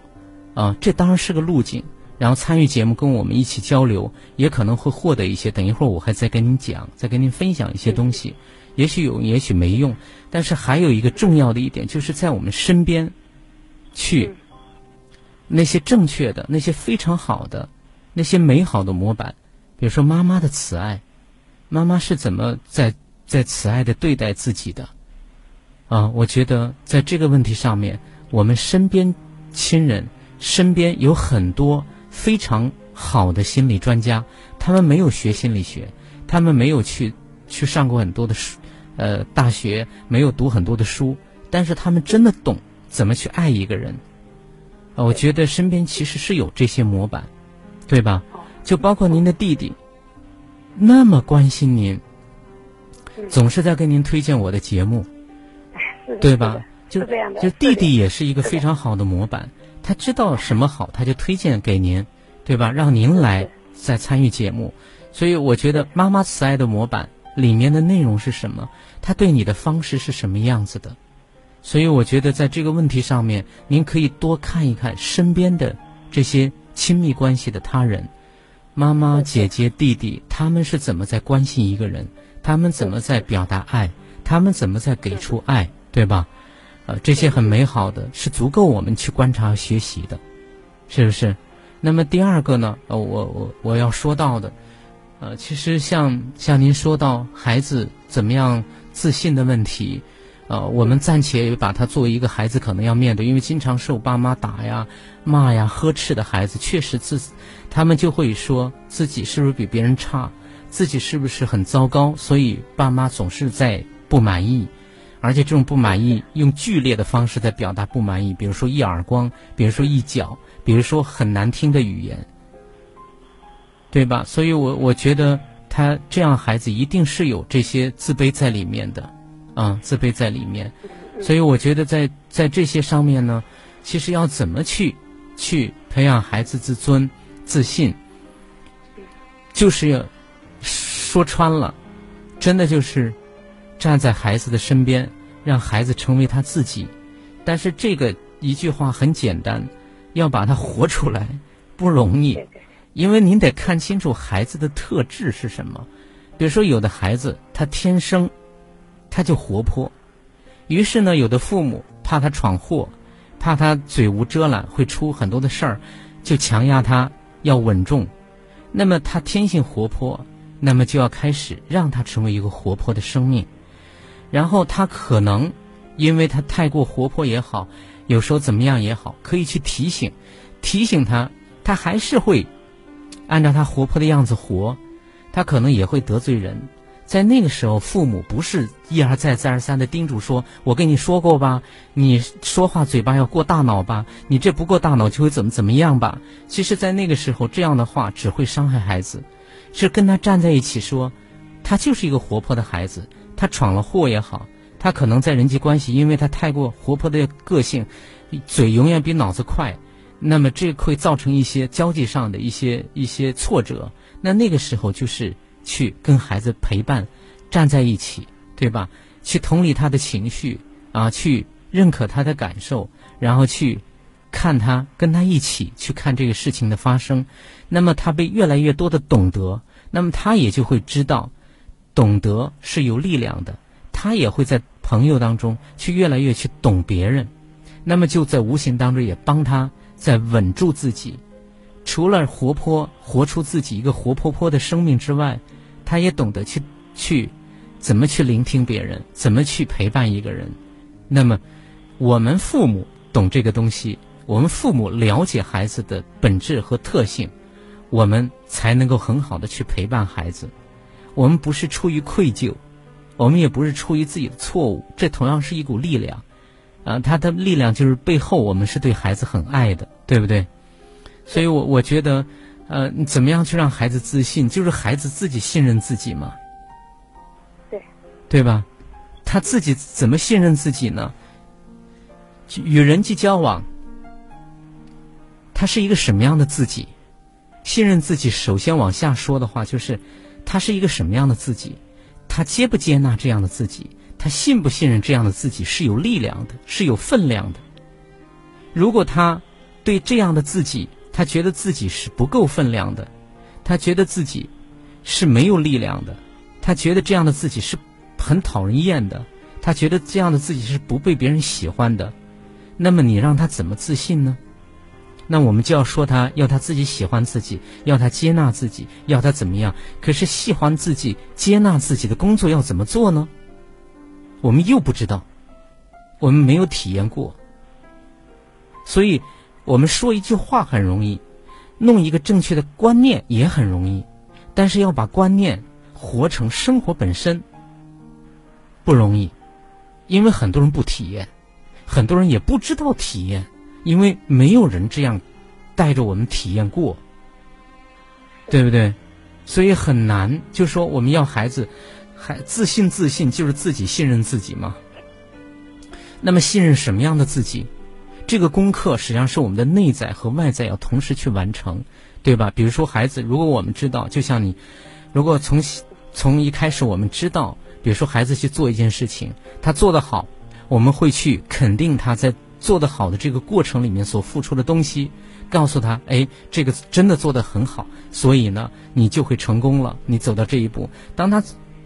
Speaker 2: 啊、这当然是个路径。然后参与节目跟我们一起交流，也可能会获得一些。等一会儿我还再跟您讲，再跟您分享一些东西，也许有，也许没用。但是还有一个重要的一点，就是在我们身边去
Speaker 3: 嗯
Speaker 2: 那些正确的、那些非常好的、那些美好的模板，比如说妈妈的慈爱，妈妈是怎么在在慈爱的对待自己的？啊，我觉得在这个问题上面，我们身边亲人身边有很多非常好的心理专家，他们没有学心理学，他们没有去去上过很多的书，呃，大学没有读很多的书，但是他们真的懂怎么去爱一个人。啊，我觉得身边其实是有这些模板，对吧？就包括您的弟弟，那么关心您，
Speaker 3: 嗯
Speaker 2: 总是在跟您推荐我的节目，
Speaker 3: 是的
Speaker 2: 对
Speaker 3: 是
Speaker 2: 吧
Speaker 3: 的？
Speaker 2: 就是
Speaker 3: 这样的
Speaker 2: 就是
Speaker 3: 这
Speaker 2: 弟
Speaker 3: 样
Speaker 2: 弟也是一个非常好的模板，他知道什么好，他就推荐给您，对吧？让您来再参与节目。所以我觉得妈妈慈爱的模板里面的内容是什么，他对你的方式是什么样子的。所以我觉得在这个问题上面，您可以多看一看身边的这些亲密关系的他人，妈妈、姐姐、弟弟，他们是怎么在关心一个人？他们怎么在表达爱？他们怎么在给出爱？对吧？呃，这些很美好的，是足够我们去观察和学习的，是不是？那么第二个呢？呃，我我我要说到的，呃，其实像像您说到孩子怎么样自信的问题，呃，我们暂且也把它作为一个孩子可能要面对，因为经常受爸妈打呀、骂呀、呵斥的孩子，确实自他们就会说自己是不是比别人差，自己是不是很糟糕，所以爸妈总是在不满意，而且这种不满意用剧烈的方式在表达不满意，比如说一耳光，比如说一脚，比如说很难听的语言，对吧？所以我，我我觉得他这样孩子一定是有这些自卑在里面的，啊，自卑在里面。所以，我觉得在在这些上面呢，其实要怎么去去培养孩子自尊、自信，就是要说穿了，真的就是站在孩子的身边。让孩子成为他自己，但是这个一句话很简单，要把它活出来不容易，因为您得看清楚孩子的特质是什么。比如说，有的孩子他天生他就活泼，于是呢，有的父母怕他闯祸，怕他嘴无遮拦会出很多的事儿，就强压他要稳重。那么他天性活泼，那么就要开始让他成为一个活泼的生命。然后他可能，因为他太过活泼也好，有时候怎么样也好，可以去提醒，提醒他，他还是会按照他活泼的样子活，他可能也会得罪人。在那个时候，父母不是一而再、再而三的叮嘱说：“我跟你说过吧，你说话嘴巴要过大脑吧，你这不过大脑就会怎么怎么样吧。”其实，在那个时候，这样的话只会伤害孩子。是跟他站在一起说，他就是一个活泼的孩子。他闯了祸也好，他可能在人际关系，因为他太过活泼的个性，嘴永远比脑子快，那么这会造成一些交际上的一些一些挫折。那那个时候就是去跟孩子陪伴，站在一起，对吧？去同理他的情绪啊，去认可他的感受，然后去看他，跟他一起去看这个事情的发生。那么他被越来越多的懂得，那么他也就会知道。懂得是有力量的，他也会在朋友当中去越来越去懂别人，那么就在无形当中也帮他在稳住自己。除了活泼活出自己一个活泼泼的生命之外，他也懂得去去怎么去聆听别人，怎么去陪伴一个人。那么我们父母懂这个东西，我们父母了解孩子的本质和特性，我们才能够很好的去陪伴孩子。我们不是出于愧疚，我们也不是出于自己的错误，这同样是一股力量，啊、呃，它的力量就是背后我们是对孩子很爱的，对不对？所以我，我我觉得，呃，怎么样去让孩子自信，就是孩子自己信任自己嘛，
Speaker 3: 对，
Speaker 2: 对吧？他自己怎么信任自己呢？与人际交往，他是一个什么样的自己？信任自己，首先往下说的话就是。他是一个什么样的自己？他接不接纳这样的自己？他信不信任这样的自己是有力量的，是有分量的。如果他对这样的自己，他觉得自己是不够分量的，他觉得自己是没有力量的，他觉得这样的自己是很讨人厌的，他觉得这样的自己是不被别人喜欢的，那么你让他怎么自信呢？那我们就要说他，要他自己喜欢自己，要他接纳自己，要他怎么样？可是喜欢自己、接纳自己的工作要怎么做呢？我们又不知道，我们没有体验过。所以，我们说一句话很容易，弄一个正确的观念也很容易，但是要把观念活成生活本身不容易，因为很多人不体验，很多人也不知道体验。因为没有人这样带着我们体验过，对不对？所以很难。就说我们要孩子，还自信，自信就是自己信任自己嘛。那么信任什么样的自己？这个功课实际上是我们的内在和外在要同时去完成，对吧？比如说孩子，如果我们知道，就像你，如果从从一开始我们知道，比如说孩子去做一件事情，他做得好，我们会去肯定他在。做得好的这个过程里面所付出的东西，告诉他，哎，这个真的做得很好，所以呢，你就会成功了，你走到这一步。当他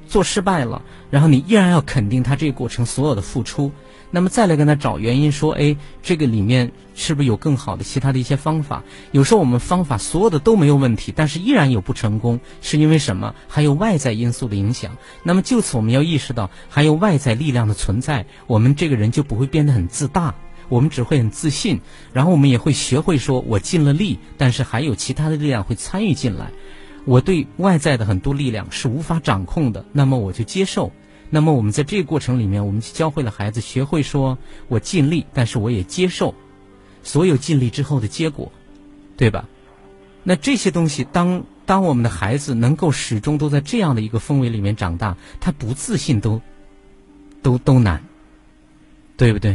Speaker 2: 做失败了，然后你依然要肯定他这个过程所有的付出，那么再来跟他找原因，说，哎，这个里面是不是有更好的其他的一些方法？有时候我们方法所有的都没有问题，但是依然有不成功，是因为什么？还有外在因素的影响。那么就此我们要意识到，还有外在力量的存在，我们这个人就不会变得很自大。我们只会很自信，然后我们也会学会说，我尽了力，但是还有其他的力量会参与进来。我对外在的很多力量是无法掌控的，那么我就接受。那么我们在这个过程里面，我们教会了孩子学会说：我尽力，但是我也接受所有尽力之后的结果，对吧？那这些东西，当当我们的孩子能够始终都在这样的一个氛围里面长大，他不自信都都都难，对不对？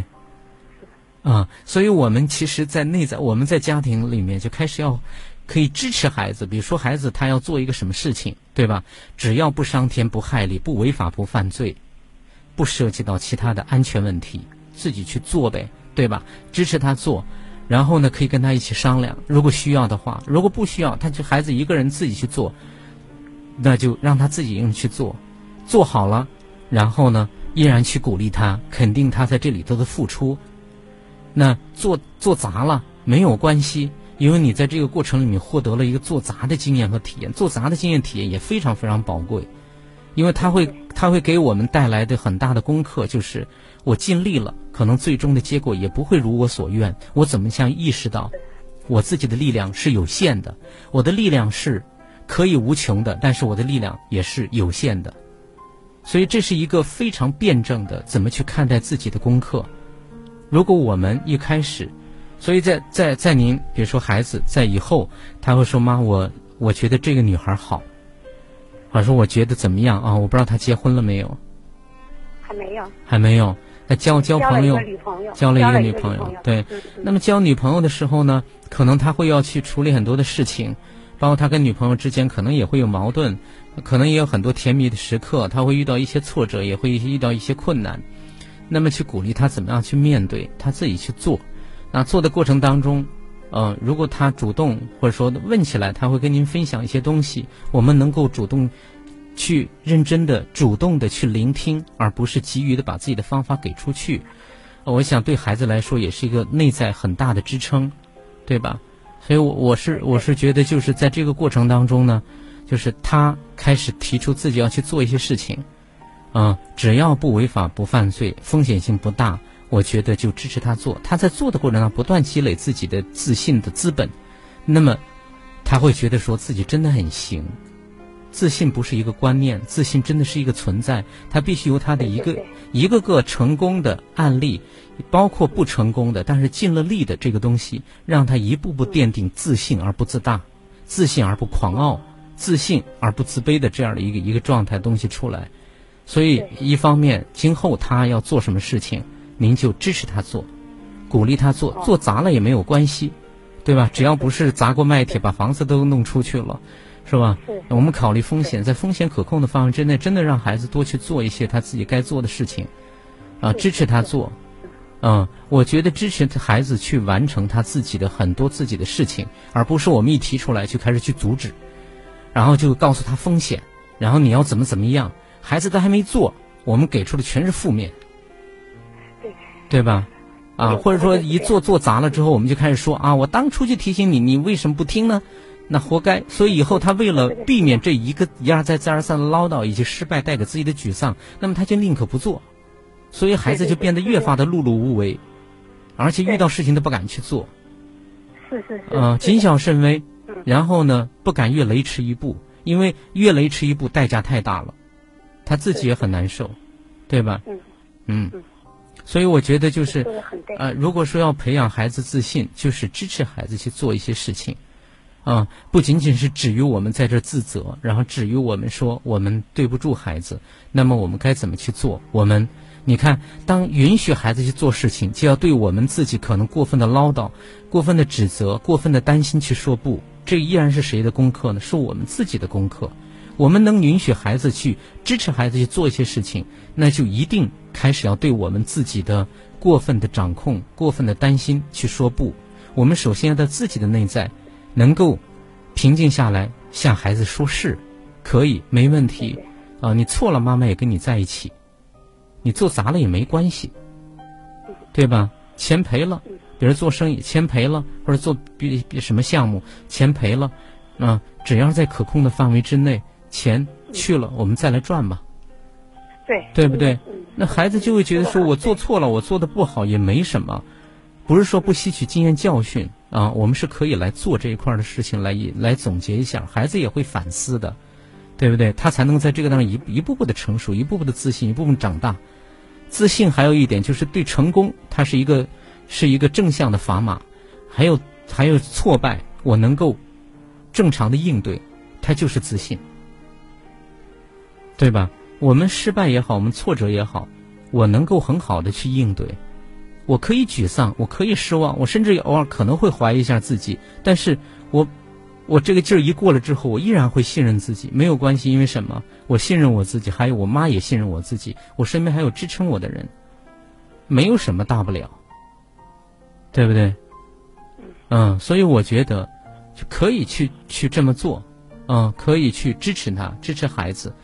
Speaker 2: 啊、嗯，所以我们其实，在内在我们在家庭里面就开始要可以支持孩子，比如说孩子他要做一个什么事情，对吧？只要不伤天、不害理、不违法、不犯罪，不涉及到其他的安全问题，自己去做呗，对吧？支持他做，然后呢，可以跟他一起商量，如果需要的话，如果不需要，他就孩子一个人自己去做，那就让他自己一个人去做，做好了，然后呢，依然去鼓励他，肯定他在这里头的付出。那做做砸了没有关系，因为你在这个过程里面获得了一个做砸的经验和体验，做砸的经验体验也非常非常宝贵，因为它会它会给我们带来的很大的功课就是我尽力了，可能最终的结果也不会如我所愿。我怎么样意识到我自己的力量是有限的，我的力量是可以无穷的，但是我的力量也是有限的，所以这是一个非常辩证的怎么去看待自己的功课。如果我们一开始，所以在在在您，比如说孩子在以后，他会说妈，我我觉得这个女孩好，或者说我觉得怎么样啊？我不知道她结婚了没有，
Speaker 3: 还没有，
Speaker 2: 还没有。那交
Speaker 3: 交
Speaker 2: 朋友，
Speaker 3: 交
Speaker 2: 了一
Speaker 3: 个
Speaker 2: 女
Speaker 3: 朋嗯
Speaker 2: 友，对。那么交女朋友的时候呢，可能他会要去处理很多的事情，包括他跟女朋友之间可能也会有矛盾，可能也有很多甜蜜的时刻，他会遇到一些挫折，也会遇到一些困难。那么去鼓励他怎么样去面对，他自己去做。那做的过程当中，呃，如果他主动或者说问起来，他会跟您分享一些东西，我们能够主动去认真的、主动的去聆听，而不是急于的把自己的方法给出去。呃、我想对孩子来说也是一个内在很大的支撑，对吧？所以我，我我是我是觉得就是在这个过程当中呢，就是他开始提出自己要去做一些事情。嗯、呃，只要不违法、不犯罪，风险性不大，我觉得就支持他做。他在做的过程中不断积累自己的自信的资本，那么他会觉得说自己真的很行。自信不是一个观念，自信真的是一个存在，它必须由他的一个一个个成功的案例，包括不成功的，但是尽了力的这个东西，让他一步步奠定自信而不自大，自信而不狂傲，自信而不自卑的这样的一个一个状态东西出来。所以，一方面，今后他要做什么事情，您就支持他做，鼓励他做，做砸了也没有关系，对吧？只要不是砸锅卖铁把房子都弄出去了，是吧？我们考虑风险，在风险可控的范围之内，真的让孩子多去做一些他自己该做的事情，啊，支持他做。嗯，我觉得支持孩子去完成他自己的很多自己的事情，而不是我们一提出来就开始去阻止，然后就告诉他风险，然后你要怎么怎么样。孩子他还没做，我们给出的全是负面，
Speaker 3: 对
Speaker 2: 对吧？啊，或者说一做做砸了之后，我们就开始说啊，我当初就提醒你，你为什么不听呢？那活该。所以以后他为了避免这一个一而再再而三的唠叨以及失败带给自己的沮丧，那么他就宁可不做，所以孩子就变得越发的碌碌无为，而且遇到事情都不敢去做，
Speaker 3: 是是是，
Speaker 2: 啊，谨小慎微，然后呢，不敢越雷池一步，因为越雷池一步代价太大了。他自己也很难受，对吧？
Speaker 3: 嗯
Speaker 2: 嗯，所以我觉得就是，
Speaker 3: 呃，
Speaker 2: 如果说要培养孩子自信，就是支持孩子去做一些事情，啊、呃，不仅仅是止于我们在这自责，然后止于我们说我们对不住孩子，那么我们该怎么去做？我们你看，当允许孩子去做事情，就要对我们自己可能过分的唠叨、过分的指责、过分的担心去说不，这依然是谁的功课呢？是我们自己的功课。我们能允许孩子去支持孩子去做一些事情，那就一定开始要对我们自己的过分的掌控、过分的担心去说不。我们首先要在自己的内在能够平静下来，向孩子说是，可以，没问题。啊、呃，你错了，妈妈也跟你在一起，你做砸了也没关系，对吧？钱赔了，比如做生意钱赔了，或者做比什么项目钱赔了，啊、呃，只要在可控的范围之内。钱去了，我们再来赚吧，
Speaker 3: 对
Speaker 2: 对不对？那孩子就会觉得说，我做错了，我做的不好也没什么，不是说不吸取经验教训啊，我们是可以来做这一块的事情来来总结一下，孩子也会反思的。对不对？他才能在这个当中一一步步的成熟，一步步的自信，一步步长大。自信还有一点就是对成功，它是一个是一个正向的砝码，还有还有挫败，我能够正常的应对，它就是自信，对吧？我们失败也好，我们挫折也好，我能够很好的去应对。我可以沮丧，我可以失望，我甚至偶尔可能会怀疑一下自己，但是我，我这个劲儿一过了之后，我依然会信任自己，没有关系，因为什么？我信任我自己，还有我妈也信任我自己，我身边还有支撑我的人，没有什么大不了，对不对？嗯，所以我觉得，就可以去去这么做，嗯，可以去支持他，支持孩子。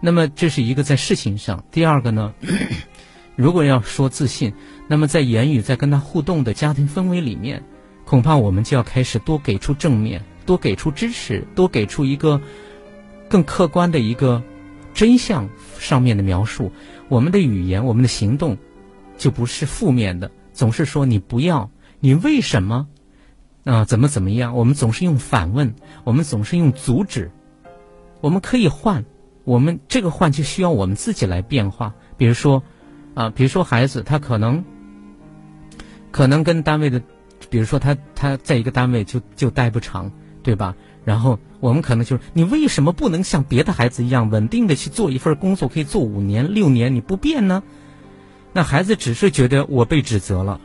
Speaker 2: 那么这是一个在事情上，第二个呢？ 如果要说自信，那么在言语、在跟他互动的家庭氛围里面，恐怕我们就要开始多给出正面，多给出支持，多给出一个更客观的一个真相上面的描述。我们的语言、我们的行动，就不是负面的，总是说你不要，你为什么啊、呃？怎么怎么样？我们总是用反问，我们总是用阻止，我们可以换，我们这个换就需要我们自己来变化，比如说。啊，比如说孩子，他可能，可能跟单位的，比如说他他在一个单位就就待不长，对吧？然后我们可能就是你为什么不能像别的孩子一样稳定的去做一份工作，可以做五年六年你不变呢？那孩子只是觉得我被指责了，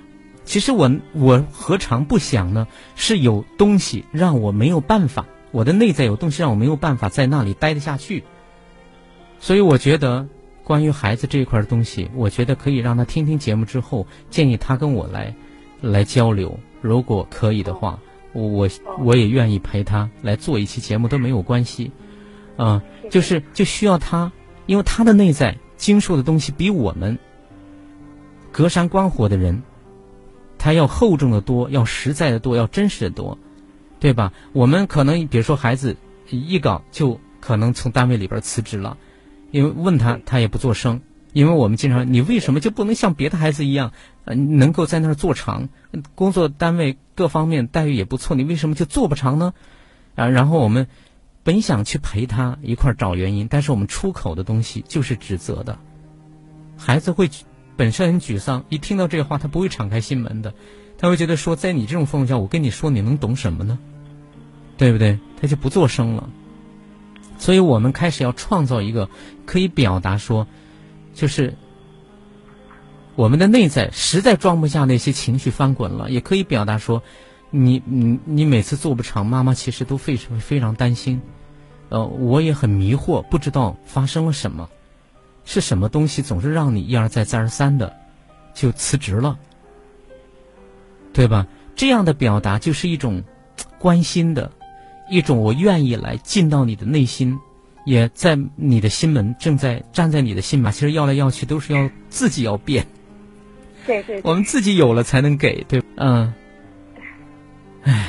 Speaker 2: 其实我我何尝不想呢？是有东西让我没有办法，我的内在有东西让我没有办法在那里待得下去，所以我觉得。关于孩子这一块的东西，我觉得可以让他听听节目之后，建议他跟我来，来交流。如果可以的话，我我我也愿意陪他来做一期节目都没有关系，啊、呃，就是就需要他，因为他的内在经受的东西比我们隔山观火的人，他要厚重的多，要实在的多，要真实的多，对吧？我们可能比如说孩子一搞就可能从单位里边辞职了。因为问他，他也不做声。因为我们经常，你为什么就不能像别的孩子一样，呃，能够在那儿做长？工作单位各方面待遇也不错，你为什么就做不长呢？啊，然后我们本想去陪他一块儿找原因，但是我们出口的东西就是指责的，孩子会本身很沮丧，一听到这话，他不会敞开心门的，他会觉得说，在你这种氛围下，我跟你说，你能懂什么呢？对不对？他就不做声了。所以我们开始要创造一个可以表达说，就是我们的内在实在装不下那些情绪翻滚了，也可以表达说，你你你每次做不长，妈妈其实都非常非常担心，呃，我也很迷惑，不知道发生了什么，是什么东西总是让你一而再再而三的就辞职了，对吧？这样的表达就是一种关心的。一种我愿意来进到你的内心，也在你的心门，正在站在你的心门。其实要来要去都是要自己要变，
Speaker 3: 对,对对，
Speaker 2: 我们自己有了才能给，对，嗯，唉，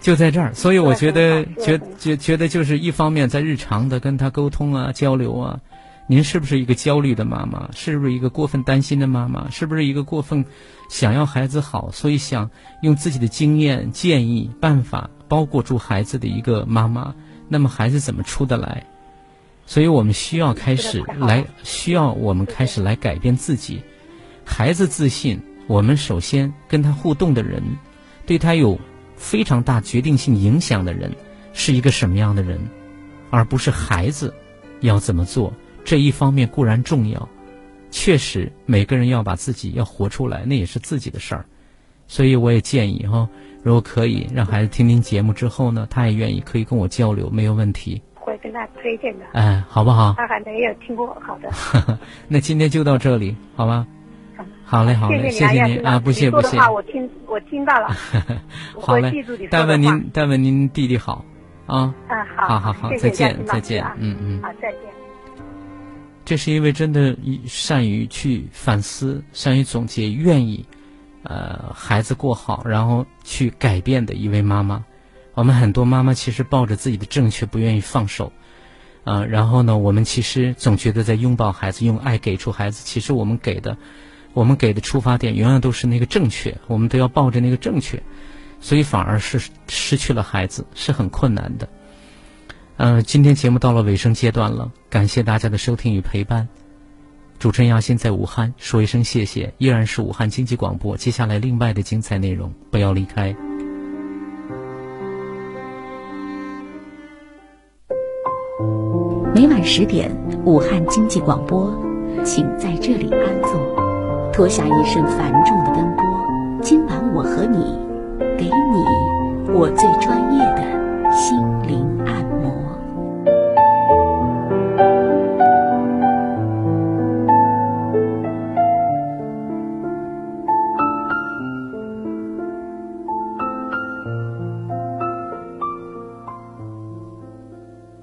Speaker 2: 就在这儿。所以我觉得，觉觉觉得就是一方面在日常的跟他沟通啊、交流啊，您是不是一个焦虑的妈妈？是不是一个过分担心的妈妈？是不是一个过分想要孩子好，所以想用自己的经验、建议、办法？包裹住孩子的一个妈妈，那么孩子怎么出得来？所以我们需要开始来，需要我们开始来改变自己。孩子自信，我们首先跟他互动的人，对他有非常大决定性影响的人，是一个什么样的人，而不是孩子要怎么做。这一方面固然重要，确实每个人要把自己要活出来，那也是自己的事儿。所以我也建议哈、哦，如果可以让孩子听听节目之后呢，他也愿意可以跟我交流，没有问题。
Speaker 3: 会跟他推荐的。
Speaker 2: 哎，好不好？
Speaker 3: 他还没有听过，好的。
Speaker 2: 那今天就到这里，好吧？好嘞，好嘞，谢
Speaker 3: 谢
Speaker 2: 您啊，不谢不谢。
Speaker 3: 我听我 听到了。
Speaker 2: 好嘞，但问您，但问您弟弟好
Speaker 3: 啊。嗯，好。好
Speaker 2: 好好，再见，再见，嗯嗯。
Speaker 3: 啊好，再见。
Speaker 2: 这是一位真的善于去反思、善于总结、愿意。呃，孩子过好，然后去改变的一位妈妈。我们很多妈妈其实抱着自己的正确不愿意放手，啊、呃，然后呢，我们其实总觉得在拥抱孩子，用爱给出孩子。其实我们给的，我们给的出发点永远都是那个正确，我们都要抱着那个正确，所以反而是失去了孩子，是很困难的。啊、呃，今天节目到了尾声阶段了，感谢大家的收听与陪伴。主持人亚欣在武汉说一声谢谢，依然是武汉经济广播。接下来另外的精彩内容，不要离开。
Speaker 1: 每晚十点，武汉经济广播，请在这里安坐，脱下一身繁重的奔波。今晚我和你，给你我最专业。